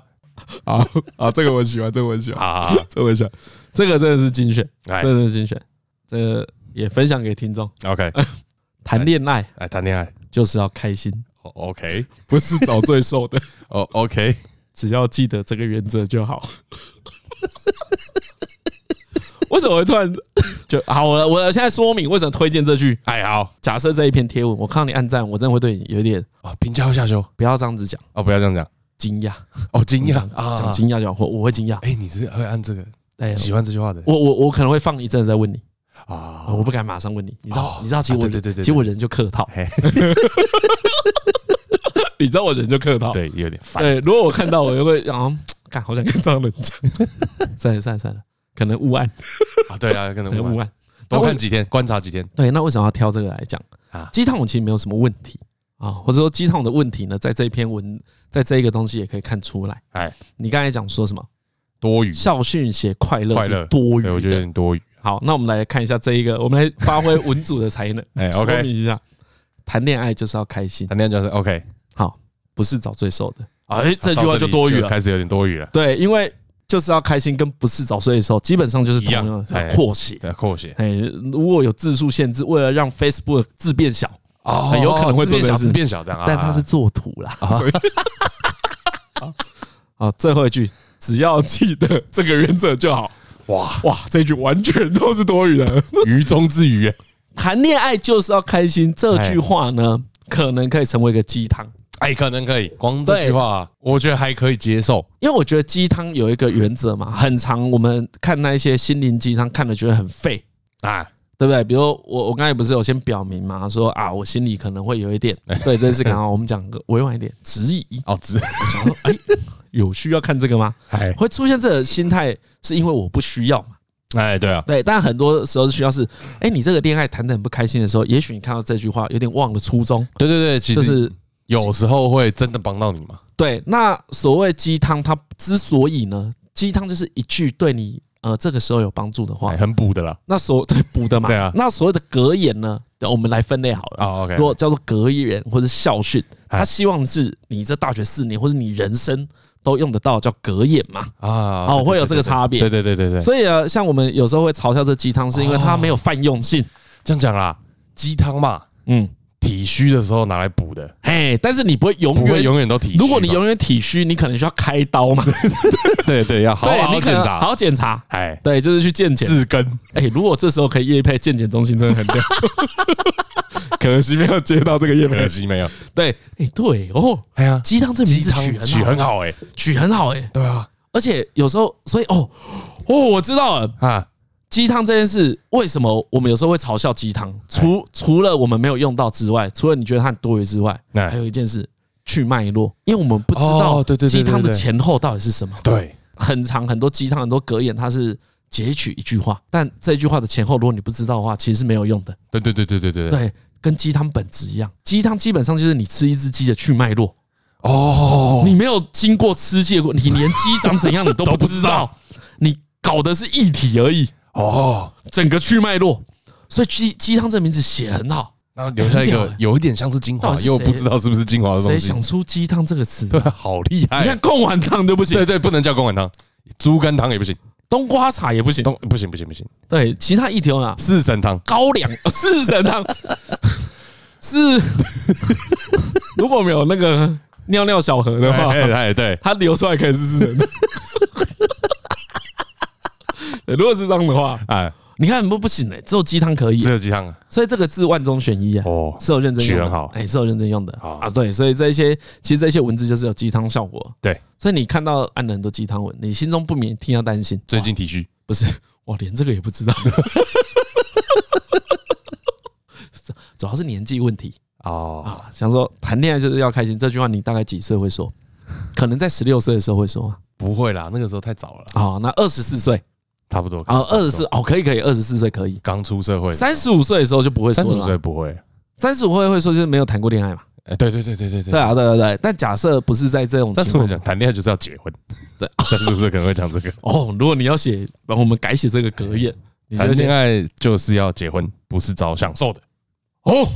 啊啊，这个我喜欢，这个我喜欢，
啊，
这个我喜欢，这个真的是精选，
哎
真的是精选，这个也分享给听众。
，OK，
谈恋爱
来谈恋爱
就是要开心，
哦，OK，
不是找罪受的，
哦，OK，
只要记得这个原则就好。 为什么会突然就好？我我现在说明为什么推荐这句。
哎好，
假设这一篇贴文，我看到你按赞，我真的会对你有一点
哦，评价会下修
不要这样子讲
哦，不要这样讲
惊讶，
哦，惊讶
讲
啊
讲，惊讶就好，我我会惊讶。
哎，你是会按这个
哎，
喜欢这句话的
我我我可能会放一阵子再问你，
啊
我不敢马上问你，你知道
哦
你知道，其实我
啊对对对对
其实我人就客套，
嘿，
你知道我人就客套，
对，有点烦，
对，如果我看到我就会然后干，好 想跟这样人讲， 算了算了算了，可能误按，
啊，对啊，可
可
能
能
我
误
们
按。
多看几天，观察几天
对，那为什么要挑这个来讲
啊
鸡汤我其实没有什么问题啊，或者说鸡汤的问题呢，在这一篇文，在这一个东西也可以看出来。
哎，
你刚才讲说什么？
多余，
校训写快乐
快
是
乐
多
对我
余
觉得有
的。
点多余，
好，那我们来看一下这一个，我们来发挥文组的才能，
哎
说
，OK
明一下，谈恋爱就是要开心，
谈恋爱就是 OK，
好，不是找罪受的。哎，这句话就
啊到里
多余了。
开始有点多余了，
对，因为就是要开心，跟不是早睡的时候，基本上就是同
一
样
样
的
哎
扩写。
对，扩写
哎，如果有字数限制，为了让 Facebook 字变小，
哦
有可能会做
变
这件
小，
事
字变小这样啊，
但它是 作图啦。所以啊好，最后一句，只要记得这个原则就好。
哇，
哇，这句完全都是多余的。
鱼中之哎鱼，
谈恋爱就是要开心，这句话呢，可能可以成为一个鸡汤，
哎，可能可以，光这句话我觉得还可以接受，
因为我觉得鸡汤有一个原则嘛，很长。我们看那一些心灵鸡汤，看了觉得很废，
啊，
对不对？比如我我刚才不是有先表明嘛，说啊，我心里可能会有一点对这件事感到，我们讲个委婉一点，质疑。
哦，只
我想说，哎，有需要看这个吗？
哎
会出现这个心态，是因为我不需要嘛？
哎，对啊，
对，但很多时候是需要是，哎，你这个恋爱谈得很不开心的时候，也许你看到这句话，有点忘了初衷，
对对对，其
就
实
是
有时候会真的帮到你嘛，
对。那所谓鸡汤，它之所以呢，鸡汤就是一句对你呃这个时候有帮助的话
哎，，很补的啦，
那所对补的嘛，
对啊
那所谓的格言呢，我们来分类好了。
啊，OK，
如果叫做格言或者校训，
哎
他希望是你这大学四年或者你人生都用得到，叫格言嘛。
啊，
哦
对
会有这个
对对
差别
对对对对对，哦
所以啊，像我们有时候会嘲笑这鸡汤，是因为它没有泛用性。
这样讲啦，鸡汤嘛，
嗯，
体虚的时候拿来补的，
嘿，但是你不会永
不会
远。
永远都体虚嘛。
如果你永远体虚，你可能需要开刀 嘛，
对对要好
对，
好
你可
检
能好
查，
好检查，
哎，
对，就是去健检。
治 根
哎，如果这时候可以夜配健检中心，真的很屌， 可惜没有接到这个夜
可
配。
惜没有。
对，哎，对哦，
哎呀，
鸡汤这名
鸡
字
汤
取
取
很
很
好，
好哎，
取很好，哎，
对啊
而且有时候，所以哦哦，我知道了，
啊，
鸡汤这件事，为什么我们有时候会嘲笑鸡
哎
汤？除除了我们没有用到之外，除了你觉得它很多余之外，
哎
还有一件事，去脉络，因为我们不知道
哦对对对
鸡
对
汤的
对
前后到底是什么。
对，
很长很多鸡汤很多格言，它是截取一句话，但这句话的前后，如果你不知道的话，其实是没有用的。
对对对对对对，
对，跟鸡汤本质一样，鸡汤基本上就是你吃一只鸡的去脉络，
哦，
你没有经过吃界过，你连鸡长怎样你都
都
不
不知
知道，你搞的是一体而已。
哦，
整个去脉络。所以鸡鸡汤这名字写很好，
然后留下
很
一
屌
个
欸
有一点像是精
到
华
底，是
又
谁
不知道是不是精华的
谁
东西
想，出鸡汤这个词？
对
你
啊， 好厉害
看。贡丸汤哎对不
对
行，
对，不能叫公碗汤，猪肝汤也不行，
冬瓜茶也不行，
东不行不行不行，
对，其他一条啊，
四神汤
高 粱、哦四神汤是， 如果没有那个尿尿小盒的
哎
话，
哎 哎对，
它流出来可以是四 神汤。对如果是这样的话，
哎，
你看不不行哎、只有鸡汤可以
只
欸、
有鸡汤啊
所以这个字万中选一啊。
哦，
是有认真用
取
的，
很好
哎、是有认真用的
好
啊，对，所以这一些其实这些文字就是有鸡汤效果，
对，
所以你看到按了很多鸡汤文，你心中不免替他担心，
最
哇
近体虚，
不是我连这个也 不知道，主要是年纪问题，
哦，
啊，想说谈恋爱就是要开心这句话，你大概几岁会说？可能在十六岁的时候会说吗
不会啦，那个时候太早了，
啊，那二十四岁
差不多
啊，二十四哦，可以可以，二十四岁可以，
刚出社会，
三十五岁的时候就不会说
三十五
了
岁
啦，
不会，
三十五岁会说就是没有谈过恋爱嘛，
哎，对对对对对
对，啊，对对对。但假设不是在这种
但
情
是我
况
讲谈恋爱就是要结婚，
对，
三十五岁可能会讲这个，
哦，如果你要写，帮我们改写这个格言，你
谈
就
恋
写
爱就是要结婚，不是找享受的，
哦，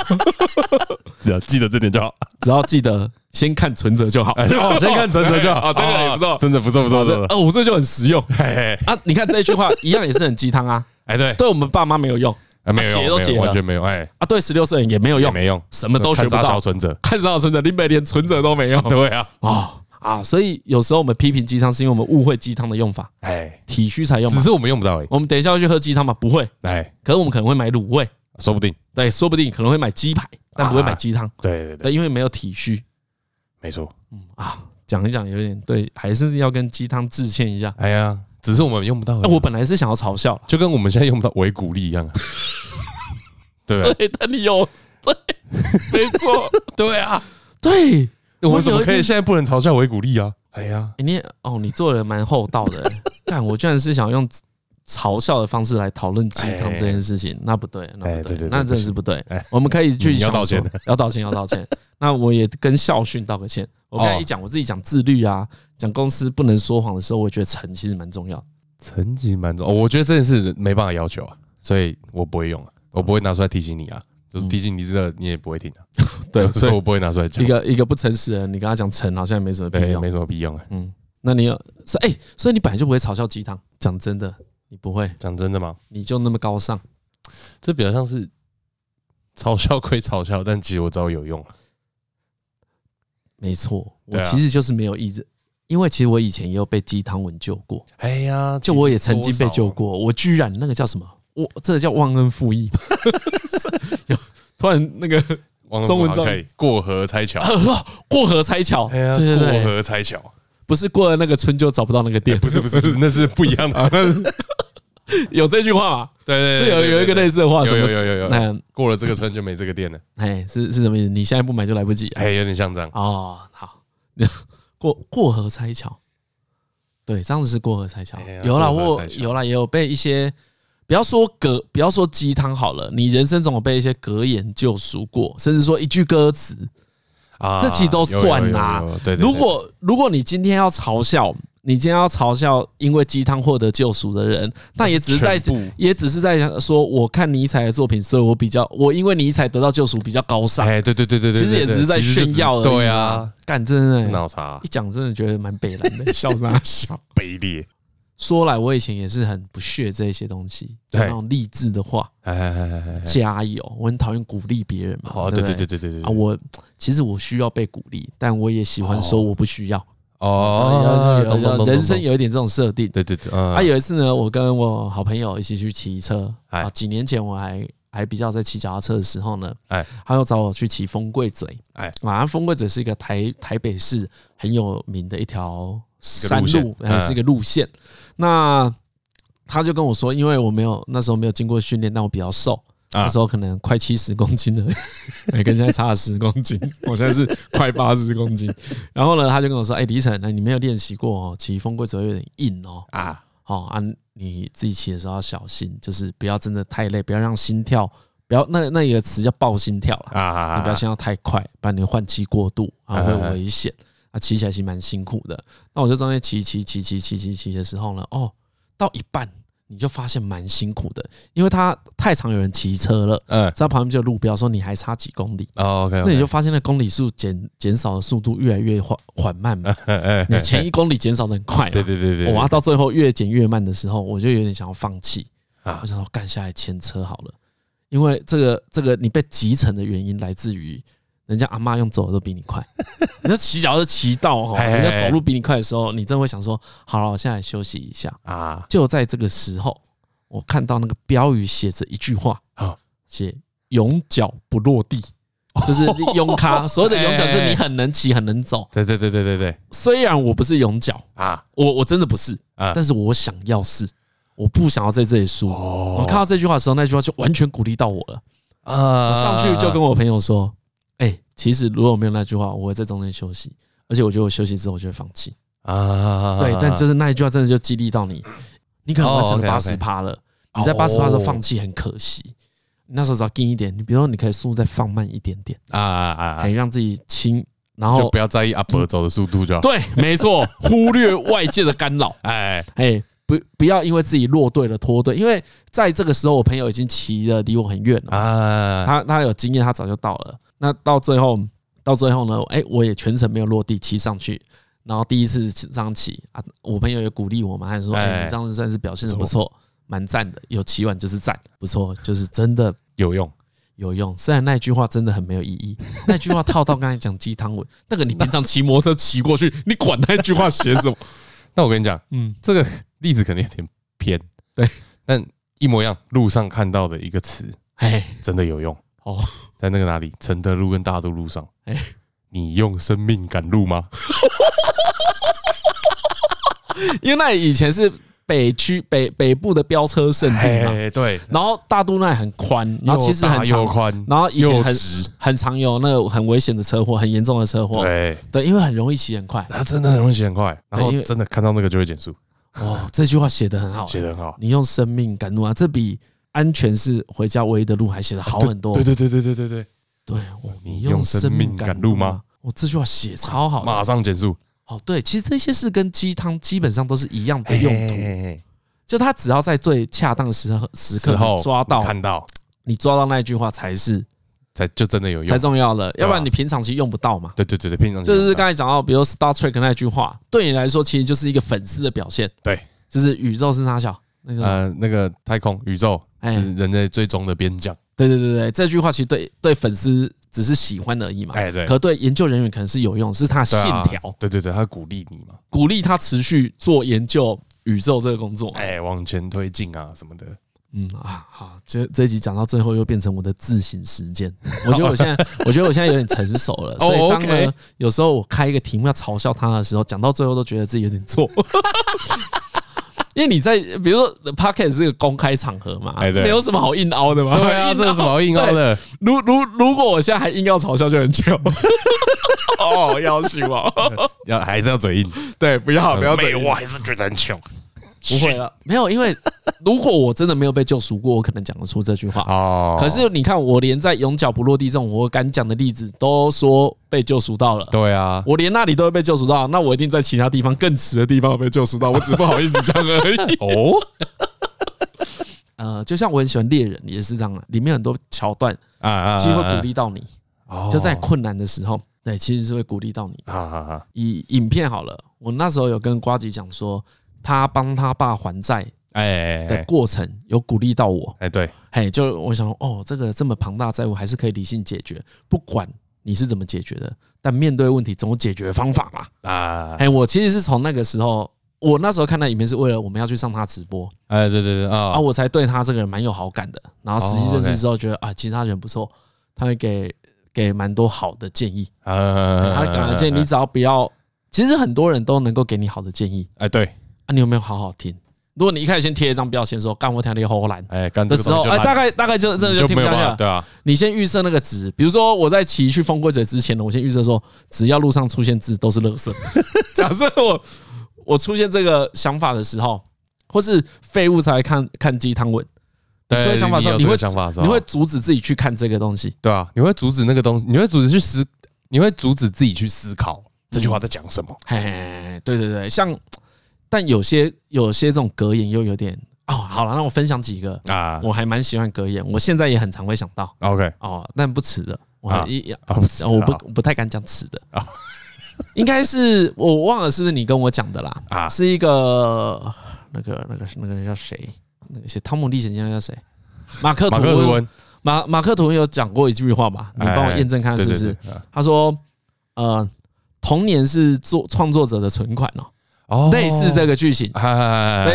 只要记得这点就好。
只要记得先看存折就好。
哦， 先看存折就好，
哦这个也不错
真的不错哦不
哦
错不
这
错。
二五岁就很实用
嘿嘿，
啊！你看这一句 话一样也是很鸡汤啊，
哎对，
对我们爸妈没有用
哎没有
解都
用，没
解
有
了
完全没有，哎
啊，对十六岁人也没有
也
用，
没用，
什么都学
看
不
啥小
到。
存折，
看到存折，你每连存折都没有
对啊，
啊啊！所以有时候我们批评鸡汤，是因为我们误会鸡汤的用法，
哎，
体虚才用
只
嘛。
是我们用不到而已，
我们等一下要去喝鸡汤嘛？不会，
哎，
可是我们可能会买卤味，
说不定，
对，说不定可能会买鸡排，但不会买鸡汤，
对对对，
对，因为没有体虚。
没错，
啊，讲一讲有点对，还是要跟鸡汤致歉一下。
哎呀，只是我们用不到而已，
那我本来是想要嘲笑啦，
就跟我们现在用不到维骨力一 样啊，对 不对
对，但你有对，没错，
对啊，
对。
我们怎么可
我有一
以
天
现在不能嘲笑维骨力啊？哎呀，
欸、你也哦，你做的蛮厚道的 欸。但我居然是想用嘲笑的方式来讨论鸡汤这件事情，那不对，那
哎
不对
对对，对
那真的是不对
哎。
我们可以去
你要
想
道
说
歉的，
要道歉，要道歉。 那我也跟校训道个歉。我刚才
哦
一讲我自己讲自律啊，讲公司不能说谎的时候，我觉得诚其实蛮重要的。
成绩蛮重，哦我觉得这件事没办法要求啊，所以我不会用啊，我不会拿出来提醒你啊，就是提醒你这个你也不会听啊，
对，
所
所
以
以
我不会拿出来讲
一，个一个不诚实的人，你跟他讲诚，好像也没什么屁
对，
用
没。什么必要啊。
嗯，那你有所以哎、所以你本来就不会嘲笑鸡汤。讲真的，你不会，
讲真的吗？
你就那么高尚。
这比较像是嘲笑归嘲笑，但其实我知道有用啊。
没错，我
对啊
其实就是没有意志，因为其实我以前也有被鸡汤文救过，
哎呀，
就我也曾经被救过，
啊
我居然那个叫什么，我这个叫忘恩负 义吧。有突然那个
其实多少
中
啊，中
文
文
照
照可以过河拆桥。
过河拆桥，
哎呀，
对对
过
对，
河拆桥，
不是过了那个村就找不到那个店，
哎不是不是不 是，那是不一样的。 对
有这句话吗？
对对，
啊有
对
有一个类，似的话，
对对有
什么？
有有有有，
嗯，
过了这个村就没这个店了。
哎，是是什么意思？你现在不买就来不及了。
哎，有点像这样。
哦，好， 过过河拆桥，对，这样子是过河拆桥
哎呀。
有啦，
过河
我
拆桥
有啦，也有被一些，不要说格，不要说鸡汤好了，你人生总有被一些格言救赎过，甚至说一句歌词。
啊
这期都算啦。
有有有有有对，对对
如果如果你今天要嘲笑，你今天要嘲笑因为鸡汤获得救赎的人，那也只是在
全部
也只是在说，我看尼采的作品，所以我比较我因为尼采得到救赎比较高尚，
哎，对对对对对，
其实也
对
只是在
其就
炫耀而已。
对啊，，
干真
是
的欸。
脑茶
一讲真的觉得蛮北蓝的， 笑啥笑？
卑劣。
说来，我以前也是很不屑这些东西，就
对
那种励志的话，
哎哎哎哎哎，哎
加油！我很讨厌鼓励别人嘛。
哦，
对
对
不
对对对对对
啊，，我其实我需要被鼓励，但我也喜欢说我不需要。
哦，
要
懂
要
懂
要
懂，
人生
懂
有一点这种设定。
对对对，啊
啊，有一次呢，我跟我好朋友一起去骑车
哎
啊，几年前我还还比较在骑脚踏车的时候呢，
哎
他又找我去骑风柜嘴，
哎
啊，风柜嘴是一个台台北市很有名的一条山
一个路
路
线，
还
嗯
是一个路线。那他就跟我说，因为我没有那时候没有经过训练，但我比较瘦。
啊
那时候可能快七十公斤了，哎，跟现在差了十公斤，我现在是快八十公斤。然后呢，他就跟我说：“哎、李晨，那你没有练习过哦，骑风柜嘴有点硬哦。”
啊，
哦啊，你自己骑的时候要小心，就是不要真的太累，不要让心跳，不要那那一个词叫爆心跳啦，
啊，
你不要心跳太快，不然你换气过度啊
啊
会有危险啊，骑起来其实蛮辛苦的。那我就中间骑骑骑骑骑骑骑的时候呢，哦，到一半你就发现蛮辛苦的，因为它太常有人骑车了，
嗯
在旁边就有路标说你还差几公里。
，OK，
那你就发现那公里数减减少的速度越来越缓缓慢 嘛，你前一公里减少的很快嘛，
对对对对，
我啊，到最后越减越慢的时候，我就有点想要放弃。
啊
我想说干下来牵车好了，因为这个这个你被急成的原因来自于人家阿妈用走的都比你 快，人家骑脚就骑到哈，
嘿嘿
人
嘿
家走路比你快的时候，你真的会想说好了，我现在休息一下。
啊，
就在这个时候，我看到那个标语写着一句话
啊，
写“永脚不落地”，就是
哦
拥咖。所谓的永脚是你很能骑，很能 走。
对对对对对对
虽然我不是永脚，
啊，
我我真的不是
啊
但是我想要是，我不想要在这里输。
哦
我看到这句话的时候，那句话就完全鼓励到我了。
啊
我上去就跟我朋友说：“哎，其实如果没有那句话，我会在中间休息，而且我觉得我休息之后我就会放弃。
啊，
对，但就是那一句话真的就激励到你，你可能完
哦
成
，OK，OK
八十趴了，你在八十趴的时候放弃很可惜。你那时候只要近一点，你比如说你可以速度再放慢一点点，
啊啊啊
可以，让自己轻，然后
就不要在意阿伯走的速度就好。
对，没错，忽略外界的干扰。
哎，
哎，不不要因为自己落队了脱队，因为在这个时候我朋友已经骑的离我很远了，
啊，
他他有经验，他早就到了。那到最后到最后呢，哎，我也全程没有落地骑上去。然后第一次这样骑啊，我朋友也鼓励我嘛，他说：“哎，
哎
你这样子算是表现的不错，蛮赞的，有骑完就是赞，不错，就是真的
有用，
有用。”虽然那句话真的很没有意义， 那句话套到刚才讲鸡汤文，那个你平常骑摩托车骑过去，你管那句话写什么？
那我跟你讲，
嗯，
这个例子可能有点偏，
对，
但一模一样。路上看到的一个词
哎，
真的有用
哦，
在那个哪里，承德路跟大渡路上，
哎
你用生命赶路吗？
因为那里以前是北区北北部的飙车圣地嘛，
哎，对，
然后大渡那里很宽，然后其实
又
很
大又
长，
宽，
然后以
又
前很
直，
很常有那个很危险的车祸，很严重的车祸，
对，
对，因为很容易骑很快。
它真的很容易写很快，然后
因为
真的看到那个就会减速，
哦，这句话写得很好，
写的很好，
你用生命赶路啊，这比安全是回家唯一的路还写得好很多。
对对对对对对对，
对，我
你
你
用
用
生
生
命
命
赶
赶
路
路
吗
吗？我这句话写超好的。
马上减速，
哦，对，其实这些事跟鸡汤基本上都是一样的用途，
途
就他只要在最恰当的时候时刻
之后
抓到
看到
你抓到那一句话才是
才就真的有啊
才
用。
重要了，
吧
要不然你平常其实用不到嘛。
对对对对，平常
这就是
干
刚才讲到，比如 Star Trek 那句话，对你来说其实就是一个粉丝的表现，
对，
就是宇宙是哪小那个，
呃那个太空宇宙就
哎
是人类最终的边疆，
对对对对，这句话其实对对粉丝只是喜欢而已嘛，
哎对，
可对研究人员可能是有用，是他的
对
信
啊
条，，
对对对，他鼓励你嘛，
鼓励他持续做研究宇宙这个工作。
哎，往前推进啊什么的，
嗯啊，好，这这一集讲到最后又变成我的自省时间。我觉得我现在，我觉得我现在有点成熟了，所以当呢
哦 OK，
有时候我开一个题目要嘲笑他的时候，讲到最后都觉得自己有点错。 因为你在比如说 p o c k e t 是个公开场合嘛，
哎对
没有什么好硬凹的嘛。
对啊，
硬凹
这有什么好硬凹？
对
的？
如如如果我现在还硬要嘲笑，就很 糗。
哦，要死我，要还是要嘴硬，
对，不要不要
妹
这
我还是觉得很穷。
不会了，没有，因为如果我真的没有被救赎过，我可能讲得出这句话。
哦，
可是你看，我连在永脚不落地这种我敢讲的例子，都说被救赎到了。
对啊，。
我连那里都会被救赎到，那我一定在其他地方更迟的地方被救赎到，我只不好意思讲而已
哦
呃，就像我很喜欢猎人也是这样的，啊里面很多桥段
啊啊，
其实会鼓励到你，
励
就在困难的时候，对，其实是会鼓励到你。
啊啊啊
以影片好了，我那时候有跟瓜吉讲说，他帮他爸还债
哎哎
的
哎
过程有鼓励到我，
哎对，
嘿，就我想说，哦，这个这么庞大的债务还是可以理性解决，不管你是怎么解决的，但面对问题总有解决方法嘛。
啊
哎，我其实是从那个时候，我那时候看那影片是为了我们要去上他直播
哎对对对
啊，
啊
我才对他这个人蛮有好感的。然后实
哦
际认识之后，觉得啊，其实他人不错，他会给给蛮多好的建议，
啊，
他给的建议你只要不要，其实很多人都能够给你好的建议
哎对，
啊，你有没有好好听？如果你一开始先贴一张标签说干我条你后来
哎干
的
这个
时候，
东
哎，
西就烂
大概大概就真的
你
就
就
听
没
不下
有
去
办法
了。
对啊，
你先预设那个值，比如说我在骑去风龟嘴之前呢，我先预设说，只要路上出现字都是 垃圾。假设我我出现这个想法的时候，或是废物才来看看鸡汤文，
对
所以想法的时候
你有这个
会
想法的时候
你会阻止自己去看这个东西。
对啊，你会阻止那个东西，你会阻止去思，你会阻止自己去思考这
嗯
句话在讲什么。
嘿嘿，嘿对对对，像但有些有些这种格言又有点哦，好了，那我分享几个，
啊
我还蛮喜欢格言，我现在也很常会想到
，OK，
哦，但不迟的，我
啊
还一哦
啊不是，
我不
啊
我不太敢讲吃的啊， 应该是我忘了是不是你跟我讲的啦
啊
是一个那个那个那个人叫谁？那个写《汤姆历险记》那个叫谁？马克
马
吐
克吐
温
温，
马马克吐温有讲过一句话嘛？你帮我验证看是不
哎
是？？
哎对对对啊
他说，呃，童年是作创作者的存款哦，
哦哎
类似这
个，
个剧情。
对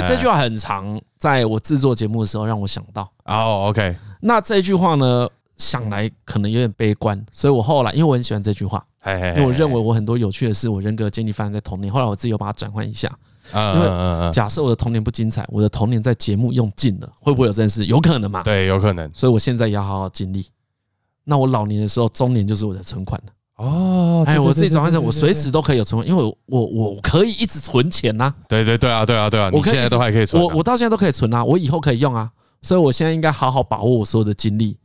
对，这句话很常在我制作节目的时候让我想到。
哦，OK，
那这句话呢，想来可能有点悲观，所以我后来因为我很喜欢这句话，
哎哎，
因为我认为我很多有趣的事，我人格建立发生在童年。后来我自己又把它转换一下，
因
因为
为
假设我的童年不精彩，我的童年在节目用尽了，会不会有这件事？有可能嘛？
对有可能
所以我现在也要好好经历。那我老年的时候，中年就是我的存款了。
哦，
哎，
对
我自己转换成，我随，时
对
都可以有存款，因为我我我可以一直存钱呐、
对对对对对啊，对啊，对啊，
我
你
可以
现在都还可以存啊，
我我到现在都可以存啊，我以后可以用啊，所以我现在应该好好把握我所有的精力。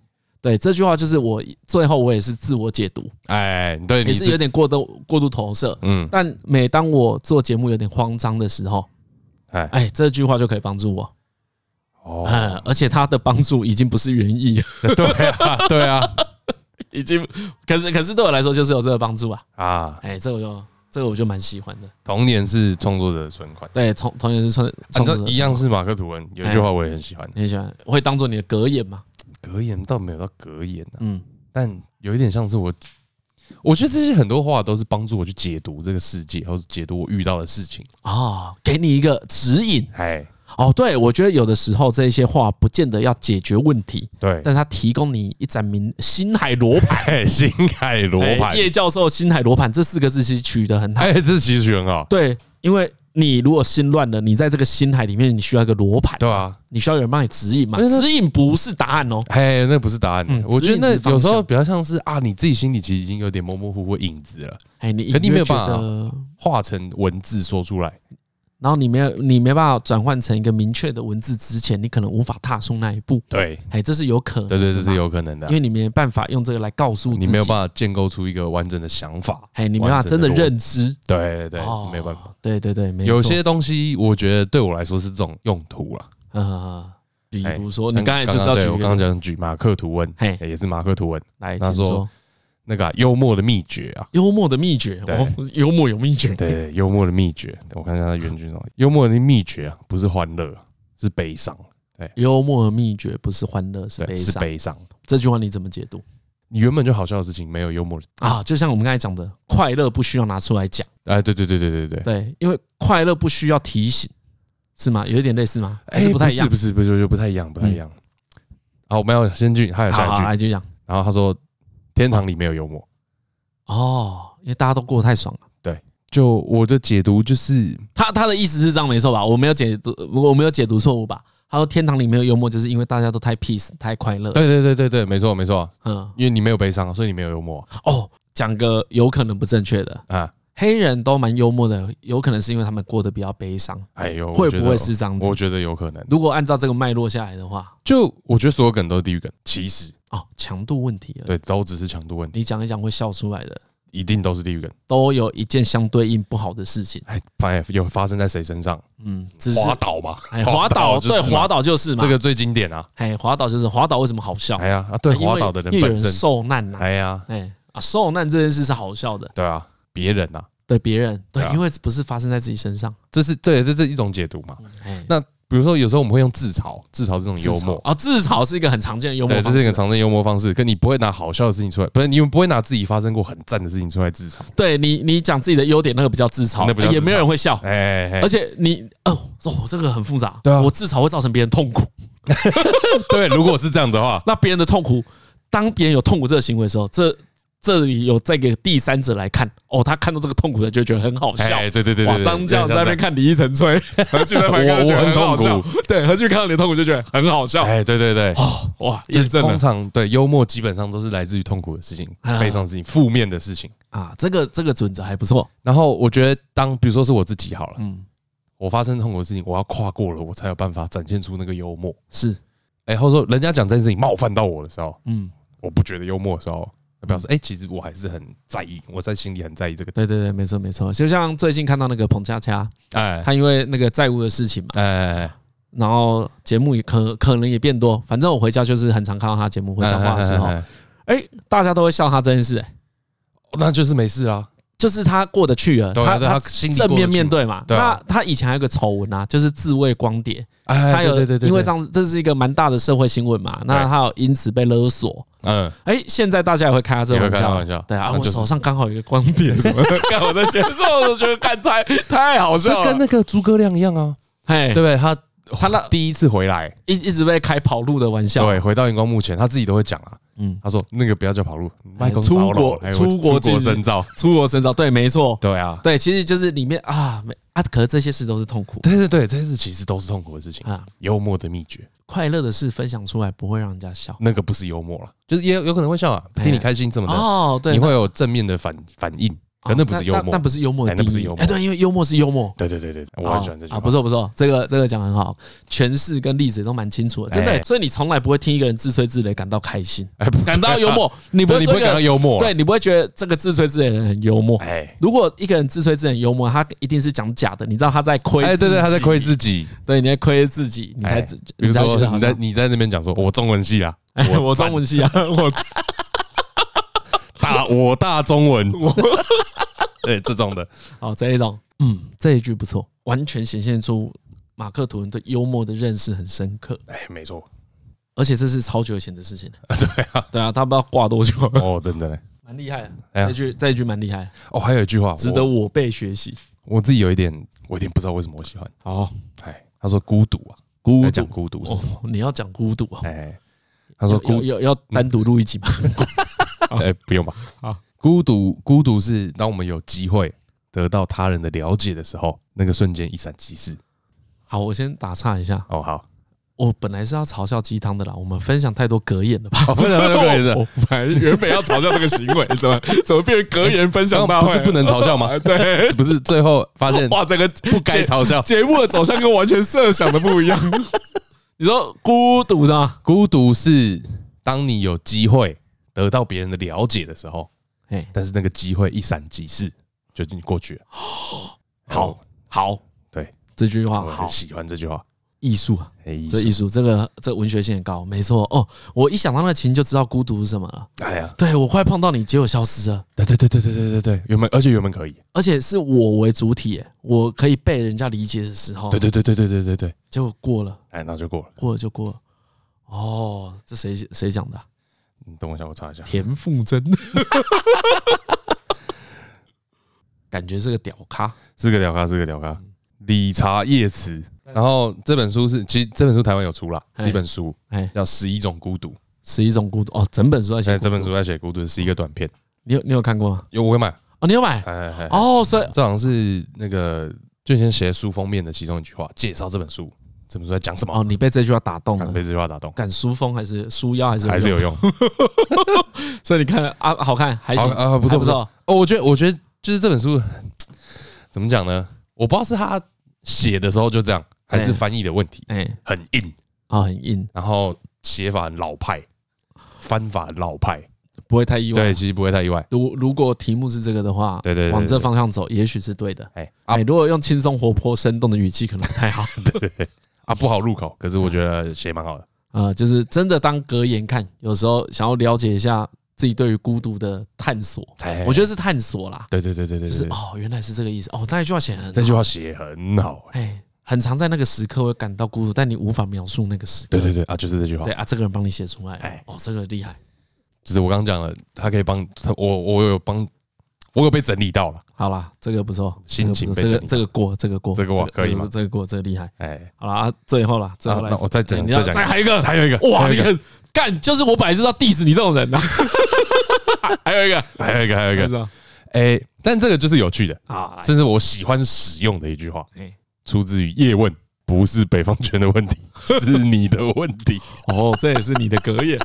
对，这句话就是我最后我也是自我解读，
哎，对，
也
你
是有点过度过度投射。
嗯，
但每当我做节目有点慌张的时候，
哎，
哎，这句话就可以帮助我。
哦，
嗯，而且他的帮助已经不是原意，
对啊，对啊，
已经可是可是对我来说就是有这个帮助啊。
啊，
哎，这个我就这个我就蛮喜欢的。
童年是创作者的存款，
对，同同也是创
反
创作
正
者哎
一样是马克吐温，有一句话我也很喜欢，
你很喜欢，我会当做你的格言嘛？
格言倒没有到格言啊，
嗯，
但有一点像是我，我觉得这些很多话都是帮助我去解读这个世界，或者解读我遇到的事情。
哦，给你一个指引。
哎，
哦，对，我觉得有的时候这些话不见得要解决问题，
对，
但它提供你一盏明星海罗盘。
哎， 星海罗
哎
盘，
叶教授“星海罗盘”这四个字其实取得很好。
哎，这其实很好，
对，因为你如果心乱了，你在这个心海里面，你需要一个罗盘，
对啊，
你需要有人帮你指引嘛？
但是
指引不是答案哦。
哎，那不是答案
嗯，
我觉得
指引是
那
方
有时候
向
比较像是啊，你自己心里其实已经有点模模糊糊的影子了，
哎，你
可你没
隐约
有
觉
办法啊
得
化成文字说出来。
然后你没有，你没办法转换成一个明确的文字之前，你可能无法踏出那一步。
对，
哎，这是有可能的
对
嘛，
对，这是有可能的
嗯
啊
因，为你没办法用这个来告诉自己
你没有办法建构出一个完整的想法。
哎，你没办法真的认知，
对对对
哦，
没有办法。。
对对对，没错
有些东西，我觉得对我来说是这种用途了。
呃，比
哎
如说你刚才就是要
对
举
我
一
刚刚
个
讲举马克吐温，哎
嘿
也是马克吐温
来，
他
请
说
说
那个啊幽默的秘诀啊。
幽默的秘诀，
对
哦，幽默有秘诀，
对，对幽默的秘诀，我看一下他原句是什么。幽默的秘诀啊，不是欢乐，是悲伤，
幽默的秘诀不是欢乐，是
对，
悲
是
伤。
悲伤。
这句话你怎么解读
你原本就好笑的事情，没有幽默的。
啊？就像我们刚才讲的，快乐不需要拿出来讲，
哎，对对对对对对对，
对，因为快乐不需要提醒，是吗？有一点类似吗？还
哎
是不太一样
是。不是不是，就不太一样，不太一样。好，我们要先去，还有
好
下
好，
一句，
来就讲
然后他说，天堂里没有幽默。
哦，因为大家都过得太爽了。
就我的解读就是，
他他的意思是这样没错吧？我没有解读，我没有解读错误吧？他说天堂里没有幽默，就是因为大家都太 peace 太快乐。
对对对对对，没错没错，
嗯，
因为你没有悲伤啊，所以你没有幽默
哦，讲个有可能不正确的，
啊。
黑人都蛮幽默的，有可能是因为他们过得比较悲伤，
哎呦，
会
我觉
不
得
会是这样子
我？觉得有可能。
如果按照这个脉络下来的话，
就我觉得所有梗都是地狱梗，其实
哦，强度问题了。
对，都只是强度问题，
你讲一讲会笑出来的，
一定都是地狱梗。
都有一件相对应不好的事情。
哎，发有发生在谁身上？
嗯，只是
滑倒嘛，
哎滑倒，
就是
对
嘛
滑倒就是嘛。
这个最经典啊。
哎滑倒就是滑倒，为什么好笑？
哎呀，啊，对
因为
滑倒的人
因为有
本身，
受难呐。
哎呀，
哎啊，受难这件事是好笑的，
对啊，别人啊，
对别人，对
对，啊
因为不是发生在自己身上。
这是对，这是一种解读嘛。
哎，
那比如说有时候我们会用自嘲，自嘲这种幽默。
啊，自嘲是一个很常见的幽默
对，
方式。
这是一个常见的幽默方式，可你不会拿好笑的事情出来，不是你们不会拿自己发生过很赞的事情出来自嘲，
对你，你讲自己的优点，那个比较自嘲
那比较，自嘲
也没有人会笑。
哎，哎
而且你哦，哦，这个很复杂。
对啊
我自嘲会造成别人痛苦，
对，如果是这样的话，
那别人的痛苦，当别人有痛苦这个行为的时候，这这里有再给第三者来看，哦，他看到这个痛苦的就觉得很好笑。
哎，对对对对
哇，
对，
张
对
江在那边，看李依晨 吹，何俊在旁
我
边看就觉
我
得
很
很
痛
好笑
苦。
对，何俊看到你的痛苦就觉得很好笑
像。哎，对对对，
哦，哇，
就
验证了
通常对幽默基本上都是来自于痛苦的事情、
啊
悲伤的事情、负面的事情。
啊，这个这个准则还不错。
然后我觉得，当比如说是我自己好了，
嗯，
我发生痛苦的事情，我要跨过了，我才有办法展现出那个幽默。
是，
哎，或者说人家讲这件事情冒犯到我的时候，
嗯，
我不觉得幽默的时候，那表示哎，其实我还是很在意，我在心里很在意这个。
对对对，没错没错。就像最近看到那个彭恰恰，
哎
他因为那个债务的事情嘛，
哎
然后节目也可可能也变多。反正我回家就是很常看到他节目会讲话的时候
哎，哎哎哎
哎，大家都会笑他这件事，哎
那就是没事啊。
就是他过得去了，
对啊
他
对啊
他
他心里
正
过得
面
去
面对嘛。
对
那
啊
他以前还有个丑闻啊，就是自卫光碟，
哎，
他有
对对对对，
因为
对
上这是一个蛮大的社会新闻嘛，那
对
他有因此被勒索。
嗯，
哎，现在大家也会开他这个
也会
玩
开他
笑，
玩笑
对啊，我
那就是
手上刚好有一个光 碟什么的，看我在写的时候，我就觉得干太太好
这
笑
跟
了。
那个诸葛亮一样啊，
哎，
对不对？他
他那
第一次回来，
一一直被开跑路的玩笑，
对，回到荧光幕前，他自己都会讲啊，
嗯，
他说那个不要叫跑路，卖公
出
骚扰
国
还有
出
出
国
国
禁止
深造，
出国深造，对，没错，
对啊，
对，其实就是里面啊，没啊，可是这些事都是痛苦
对对对，这是其实都是痛苦的事情。
啊，
幽默的秘诀，
快乐的事分享出来不会让人家笑。
那个不是幽默了，就是也有有可能会笑啊，
哎
替你开心什么的，
哦，对，
你会有正面的反反应，
哦
可哦那不哦是幽
但
默
但，不是幽默的
哎那
定
不是
义
幽。默
哎，对，因为幽默是幽默。
对对对对，我很喜欢这句
啊，
话，
不错不错，这个这个讲得很好，诠释跟例子都蛮清楚的，真的。
哎
所以你从来不会听一个人自吹自擂感到开心，
哎，不
感到幽， 默，你不
对
会
你
说
不
一
会
个
感到
人，
幽默，啊
对，你不会觉得这个自吹自擂的人很幽默。
哎
如果一个人自吹自擂很幽默，他一定是讲假的，你知道他在亏，
哎，对对，他在亏，自己，
对，你在亏自己，你才
哎
自，
比如
你才
说
觉得好
你在
像
你在那边讲说，我中文系啊，
哎 我中文系啊， 我
大我大中文， 对这种的，
哦，这一种，嗯，这一句不错，完全显现出马克吐温对幽默的认识很深刻，
哎，没错，
而且这是超久以前的事 情了。对啊，对啊，他不知道挂多久，
哦，真的嘞，
蛮厉害的。
哎呀
这句这一句蛮厉害，
哦，还有一句话，
值得我辈学习。
我自己有一点，我有点不知道为什么我喜欢。
好，
哎，他说孤独啊，
孤
要讲
独
孤独是什么。
哦，你要讲孤独啊？
哎，他说
要
孤，嗯
要要单独录一集吗？
哎，不用吧。
好，
孤独，孤独是当我们有机会得到他人的了解的时候，那个瞬间一闪即逝。
好，我先打岔一下，
哦，好，
我本来是要嘲笑鸡汤的啦，我们分享太多格言了吧？
哦，不能，不能，不能，
我本来原本要嘲笑这个行为，怎么怎么变成格言分享大
不
会
是
了？
不能嘲笑吗？
对，
不是，最后发现
哇，这个
不该嘲笑。
节目的走向跟完全设想的不一样。 你说孤独是吧？
孤独是当你有机会得到别人的了解的时候，
哎，
但是那个机会一闪即逝，就已经过去了。
好，好，
对，
这句话
我很
好，
喜欢这句话。
艺术啊，
哎，
这艺术，这个这文学性很高，没错哦。我一想到那情就知道孤独是什么了。
哎呀，
对我快碰到你，结果消失了，
对对对对对对对对，原本而且原本可以，
而且是我为主体耶，我可以被人家理解的时候
对，对对对对对对对，
结果过了，
哎，那就过了。
过了就过了。哦，这谁谁讲的啊？
你等我一下，我查一下。
田馥甄，感觉是个屌咖。
是个屌咖，是个屌咖。理查叶茨，然后这本书是，其实这本书台湾有出啦，
哎
是一本书，
哎，
叫《十一种孤独》。
十一种孤独哦，整本书在
现
写
在
孤独
这哎本书在写孤独，是一个短片，
你有你有看过吗？
有我会买。
哦，你有买
哎哎哎，
哦，所以
这好像是那个最先写书封面的其中一句话，介绍这本书，这本书在讲什么
哦，，你被这句话打动
感
了
被。这句话打动，
敢书风还是书腰还是
还是有
用，
用。
所以你看啊，好看还
好
行，
啊，不
还不
错不错。
错，
哦，我觉得我觉得就是这本书怎么讲呢？我不知道是他写的时候就这样，还是
哎
翻译的问题，
哎，
很硬。
啊，很硬，
然后写法很老派，翻法很老派，
不会太意外
对，。其实不会太意外。
如如果题目是这个的话，
对对对
往这
对
方向走，也许是对的。
哎啊
哎，如果用轻松活泼、生动的语气，可能不 太好。
啊，不好入口，可是我觉得写蛮好的。
呃，就是真的当格言看，有时候想要了解一下自己对于孤独的探索，
哎，
我觉
得
得是探索啦，
对对对对对
就是
对，
哦，原来是这个意思。哦，那一句话写得很
这
好
句话写很好。
哎，很常在那个时刻会感到孤独，但你无法描述那个时刻。
对对对啊，就是这句话
对，啊，这个人帮你写出来了
哎，
哦，这个厉害。
就是我刚刚讲了，他可以帮他，我我有帮，我有被整理到了。
好啦，这个不错，
心情被
这个
整
不错
理
这个这个过，这个过，
这个我可以
这个
吗
这个过，这个厉害。
哎，
好啦，啊最后啦，最
那
后来
那，我再讲，
你
再
要
讲，
再还有一个，
还有一个，
哇，
还有
你
一个，
很干，就是我本来就是要 diss 你这种 人呐。啊还有一个，
还有一个，还有一
这
个。
个
哎，但这个就是有趣的，
啊，
这是我喜欢使用的一句话，
哎
出自于叶问，不是北方拳的 问题，是你的问题，
哦，这也是你的格言，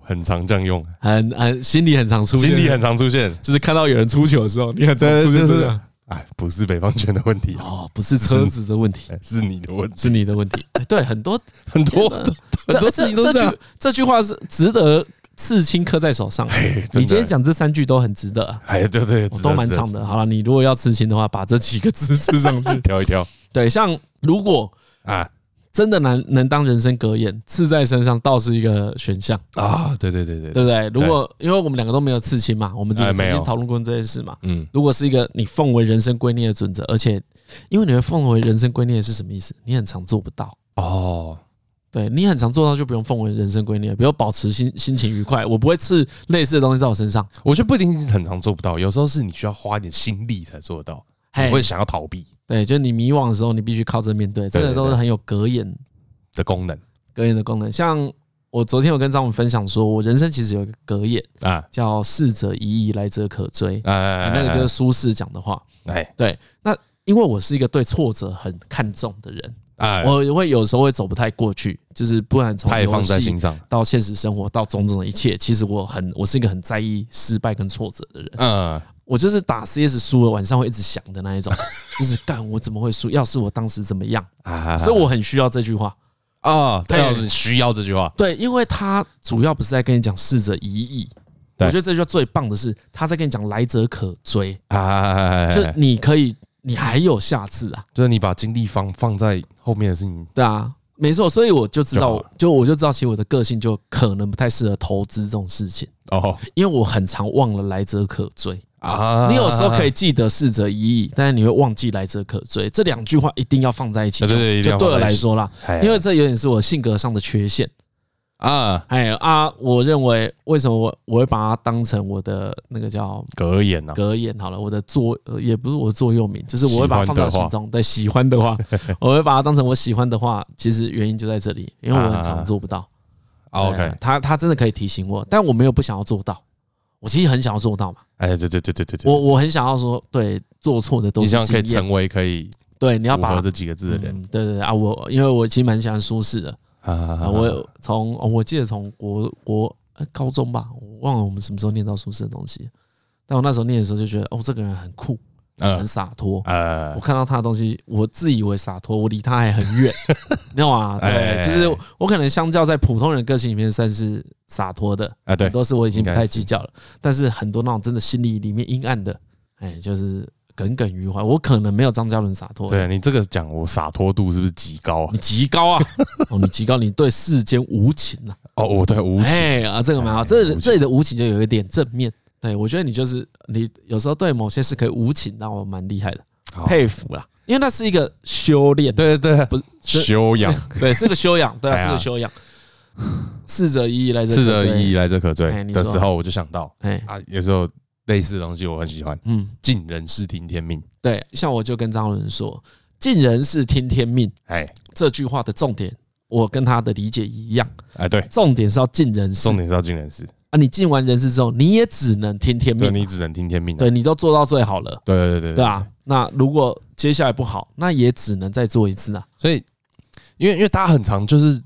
很常这样用。
很很心里很常出现，
心里很常出现，
就是看到有人出糗的时候，你很常
这
出现
就
这
是
样
哎，不是北方圈的问题，
哦，不是车子的问题，
哎是你的问题，
是你的问题。哎 对，很多
很多很多事情都是这
这
样
句。这句话是值得刺青刻在手上。
哎，真的
你今天，讲这三句都很值得，啊
哎，对对，
我都蛮长的。好了，你如果要刺青的话，把这几个 字刺上去。
挑一挑
对，像如果
啊
真的能能当人生格言，刺在身上倒是一个选项，
啊，对对对对
对
对，
不对？如果因为我们两个都没有刺青嘛，我们之前
哎
曾
没有
经讨论过这件事嘛。
嗯，
如果是一个你奉为人生圭臬的准则，而且因为你会奉为人生圭臬是什么意思？你很常做不到，
哦，
对你很常做到就不用奉为人生圭臬了，比如保持心心情愉快，我不会刺类似的东西在我身上。
我觉得不一定很常做不到，有时候是你需要花一点心力才做得到，
嘿
你会想要逃避
对，就是你迷惘的时候，你必须靠着面对，这
对
个
对
都是
对
很有格言
的功能。
格言的功能。像我昨天有跟张文分享说，我人生其实有一个格言，
啊
叫“逝者已矣，来者可追”，
哎，
啊那个就是苏轼讲的话。
哎
对，那因为我是一个对挫折很看重的人，
哎，
我会有时候会走不太过去，就是不然从
太
游
放在
戏
心上，
到现实生活到种种的一切，其实我很我是一个很在意失败跟挫折的人。
嗯，
我就是打 CS 输了，晚上会一直想的那一种， 就是干我怎么会输？要是我当时怎么样？
啊
所以我很需要这句话。
啊，他
对
要需要这句话，
对，因为他主要不是在跟你讲逝者已矣，我
对
觉得这句话最棒的是他在跟你讲来者可追，
啊，
就你可以，你还有下次啊，
就是你把精力放放在后面的事情，
对啊，没错，所以我就知
就
道
好，
就我就知道，其实我的个性就可能不太适合投资这种事情，
哦
因为我很常忘了来者可追。
啊
你有时候可以，记得逝者已矣，但是你会忘记来者可追。这两句话一定要放在一起
对
用，
对对一定
就
要
对我
放在一
来
起
说啦，
哎
因为这有点是我性格上的缺陷。
啊，
哎啊，我认为为什么我我会把它当成我的那个叫
格言啊呐，
格言好了，我的座呃也不是我的座右铭，就是我会把它
喜
放
欢的
到心
话
中。对，喜欢的话，我会把它当成我喜欢的话。其实原因就在这里，因为我很常做不到。
啊
对
OK，
他他真的可以提醒我，但我没有不想要做到。我其实很想要做到嘛，
哎，对对对对对对，
我我很想要说，对，做错的都
你
是
这样可以
经验。
成为可以
对，你要
符
把
合这几个字的人
嗯对对对啊，我因为我其实蛮喜欢舒适的，
啊啊
啊，
啊
我有从、哦我记得从国国、呃高中吧，我忘了我们什么时候念到苏轼的东西。但我那时候念的时候就觉得，哦，这个人很酷，很
嗯
洒脱。
呃
我看到他的东西，我自以为洒脱，我离他还很 远，没有啊？
哎
对，就是我可能相较在普通人个性里面算是洒脱的，
啊对
很，多事我已经不太
应该是
计较了。但是很多那种真的心里里面阴暗的，哎，就是耿耿于怀。我可能没有张嘉伦洒脱，
对你这个讲我洒脱度是不是极高啊
你？极高啊，哦，你极高，你对世间无情啊。
哦，我对无情
哎啊，这个蛮好。
哎
这
无
里
情
这里的无情就有一点正面。对我觉得你就是你有时候对某些事可以无情，让我蛮厉害的，
好
佩服啦。因为那是一个修炼，
对对对，
不是这
修养，
对，是个修养， 对啊，
哎呀
是个修养。逝者已矣，来者
逝者已
矣。
矣，来者可追
哎你
的
说
时候，我就想到
哎，
啊，有时候类似的东西我很喜欢，
嗯，
尽人事听天命，
对，像我就跟张伦说，“尽人事，听天命
哎”
这句话的重点，我跟他的理解一样，
哎对，
重点是要尽人事
重点是要尽人事，
啊。你尽完人事之后，你也只能听天
对
命，
你只能听天命啊，
对你都做到最好了。
对对对
对啊，那如果接下来不好，那也只能再做一次啊。
所以，因为因为大家很常就是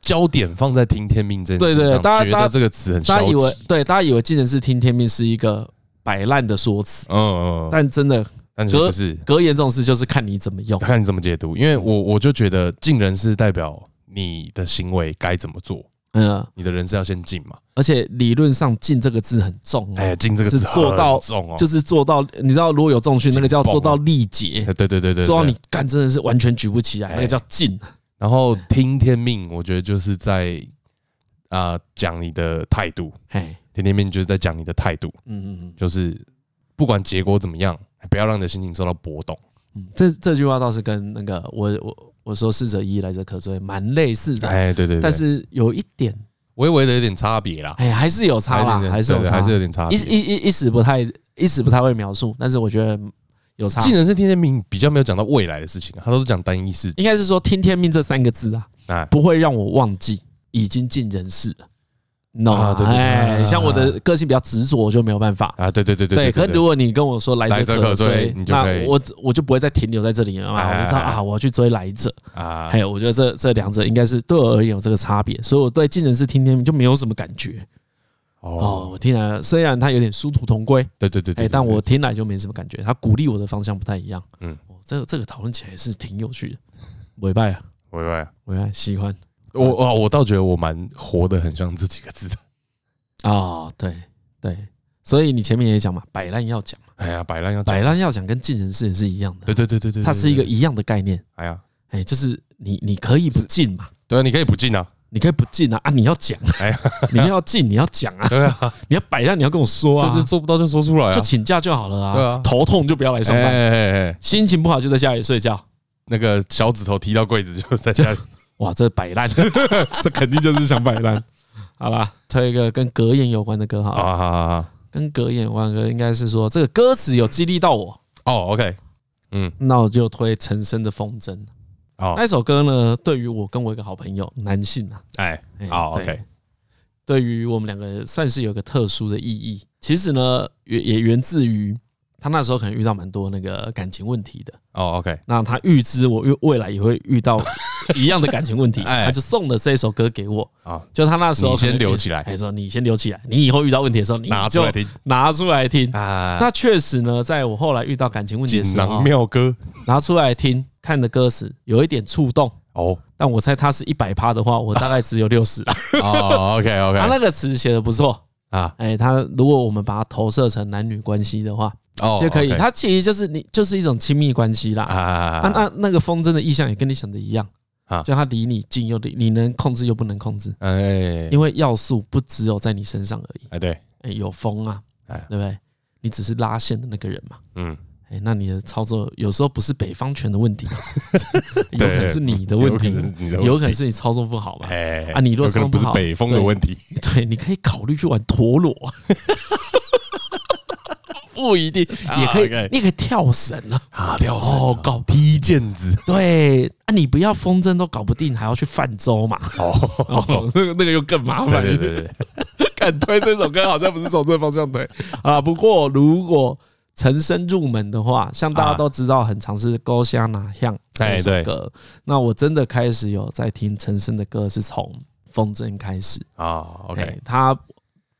焦点放在听天命这件
对
事
对
情上，
大家
觉
大家
得这个词很消
大家
极。
以为
嗯
对，大家以为尽人事听天命是一个摆烂的说辞，
嗯，嗯但
但真的
但其实不是，
格言这种事就是看你怎么用。
看你怎么解读。因为我我就觉得尽人事代表你的行为该怎么做，
嗯，
你的人是要先尽嘛。
而且理论上“尽”这个字很重
哎，
哦，
尽这个
是
字
做到
很重哦，
就是做到，你知道如果有重训，那个叫做到力竭，
哎对对对对，
做到
对
你。干真的是完全举不起来，
哎
那个叫尽。
然后听天命，我觉得就是在啊讲你的态度，
哎，
听天命就是在讲你的态度，
嗯嗯嗯
就是不管结果怎么样，不要让你的心情受到波动。
嗯，这这句话倒是跟那个我我我说“逝者已矣，来者可追”蛮类似的，
哎，对对对，
但是有一点
微微的有点差别啦，
哎，还是有差啦，还是有
对
差，
还是有点差
一
别。
一一一时不太一时不太会描述，但是我觉得有差。
技能是天天明比较没有讲到未来的事情啊，他都是讲单一事
应该是说“听天命”这三个字啊，
啊。
不会让我忘记已经尽人事了。no，、
啊对对对
哎，
啊
像我的个性比较执着，我就没有办法。
啊，对对对对
可是如果你跟我说来
来
者
者
可
可追
追，
你就
那
可以
我我就不会再停留在这里了嘛。
哎
我就知道
哎哎
啊，我要去追来者。
啊，
还有，我觉得这这两者应该是对我而言有这个差别，所以我对尽人事听天命就没有什么感觉。哦，
哦，
我听来虽然它有点殊途同归，
对对对
哎、
对，对
但我
对
听来就没什么感觉。他鼓励我的方向不太一样。嗯
嗯，
哦、这个这个讨论起来是挺有趣的。尾拜啊，
喂喂，
尾拜喜欢
我哦，我倒觉得我蛮活得很像这几个字的。
啊、哦，对对，所以你前面也讲嘛，摆烂要讲嘛，
哎呀，摆烂要讲
摆，烂要讲跟尽人事也是一样的，
对对对对对，对
它是一个
对
一样的概念。
哎呀，
哎、就是你你可以不尽嘛，
对啊，你可以不进啊，
你可以不尽啊啊，你要讲，
哎呀，
你要进，你要讲啊，
对啊，
你要摆烂，你要跟我说
对对，
啊，
做不到就说出来啊
就，请假就好了
对
啊
啊，
头痛就不要来上
哎
班，
哎哎哎，
心情不好就在家里睡觉。
那个小指头踢到柜子就在 家里，
哇，这摆烂。
这肯定就是想摆烂
好啦，推一个跟格言有关的歌好
啊
了，
啊啊啊！啊
跟格言有关的歌应该是说这个歌词有激励到我，
哦，OK，嗯，
那我就推陈升的《风筝》。
好
那，一首歌呢，对于我跟我一个好朋友男性啊，
哎
哎，
好
对
，OK，
对于我们两个算是有个特殊的意义。其实呢，也也源自于他那时候可能遇到蛮多那个感情问题的，
哦，OK，
那他预知我未未来也会遇到一样的感情问题，
哎
他就送了这首歌给我。
好，
就他那时候
你先
可能
留起来
哎，说你先留起来，你以后遇到问题的时候，你
拿出
就
来听
拿出来听。
啊，
那哦确实呢，在我后来遇到感情问题
锦
的时
囊
候，
妙歌
拿出来听，看的歌词有一点触动，
哦，
但我猜他是一百趴的话，我大概只有六十。
哦，OK，OK，
他那个词写的不错，
啊，
哎，他如果我们把它投射成男女关系的话，
哦，
就可以。
OK
它其实就是你就是一种亲密关系啦。啊，
啊，
那那个风筝的意象也跟你想的一样
啊
就它离你近又离你能控制又不能控制，
哎，
因为要素不只有在你身上而已，
哎，对，
哎，有风啊，
哎
对不对？你只是拉线的那个人嘛，
嗯，
哎，那你的操作有时候不是北方拳的问题， 有可
对
能是你的问题
有可能是你的，问题
有可能是你操作不好嘛，
哎，
啊你若
有可能
唱不
不是
好
北风的
对
问题，
对，你可以考虑去玩陀螺。啊 不一定，也可以
啊，OK
你也可以跳绳啊！
啊，掉绳
哦，搞
踢毽子，
对，啊，你不要风筝都搞不定，还要去泛舟 嘛？
哦，
哦，那个那个又更麻
对
烦
对
一点。
对对，
敢 推这首歌，好像不是从这方向推啊。不过如果陈升入门的话，像大家都知道，很常是《勾香哪样》这
啊哎
首
对
歌。那我真的开始有在听陈升的歌，是从《风筝》开始。
啊，OK，
哎他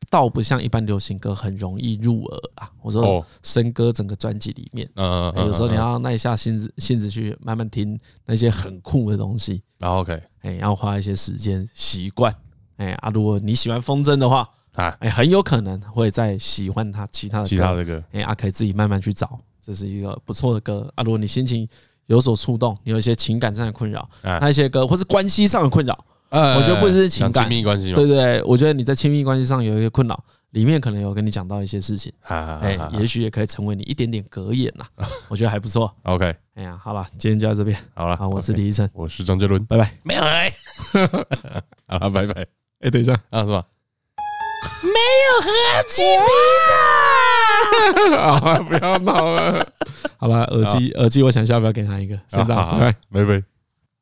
倒不像一般流行歌很容易入耳啊。我说
哦
升歌整个专辑里面。
嗯嗯
哎
嗯，
有时候你
嗯，
要耐下性子，性子去慢慢听那些很酷的东西，
然后啊 OK，
哎，要花一些时间习惯，哎啊，如果你喜欢风筝的话，
啊，
哎，很有可能会再喜欢他其他的歌
其他的歌，
哎、啊，可以自己慢慢去找，这是一个不错的歌啊。如果你心情有所触动，你有一些情感上的困扰，
哎
那一些歌或是关系上的困扰，
呃
我觉得不只是情
讲
感
亲密关系嘛，
对对对，我觉得你在亲密关系上有一个困扰，里面可能有跟你讲到一些事情，
啊，
哎、
啊啊
也许也可以成为你一点点格言 啦，我觉得还不错。
OK，
哎呀，好了，今天就到这边，
好了，
好，我是
OK，
李医生，
我是张杰伦，
拜 拜。
没有哎，好了，拜拜
哎、等一下，
啊，是吧？
好了，不要闹了。好了，耳机耳机，我想一下要不要给他一个，先这
好
样，
好
拜拜。
啊拜拜。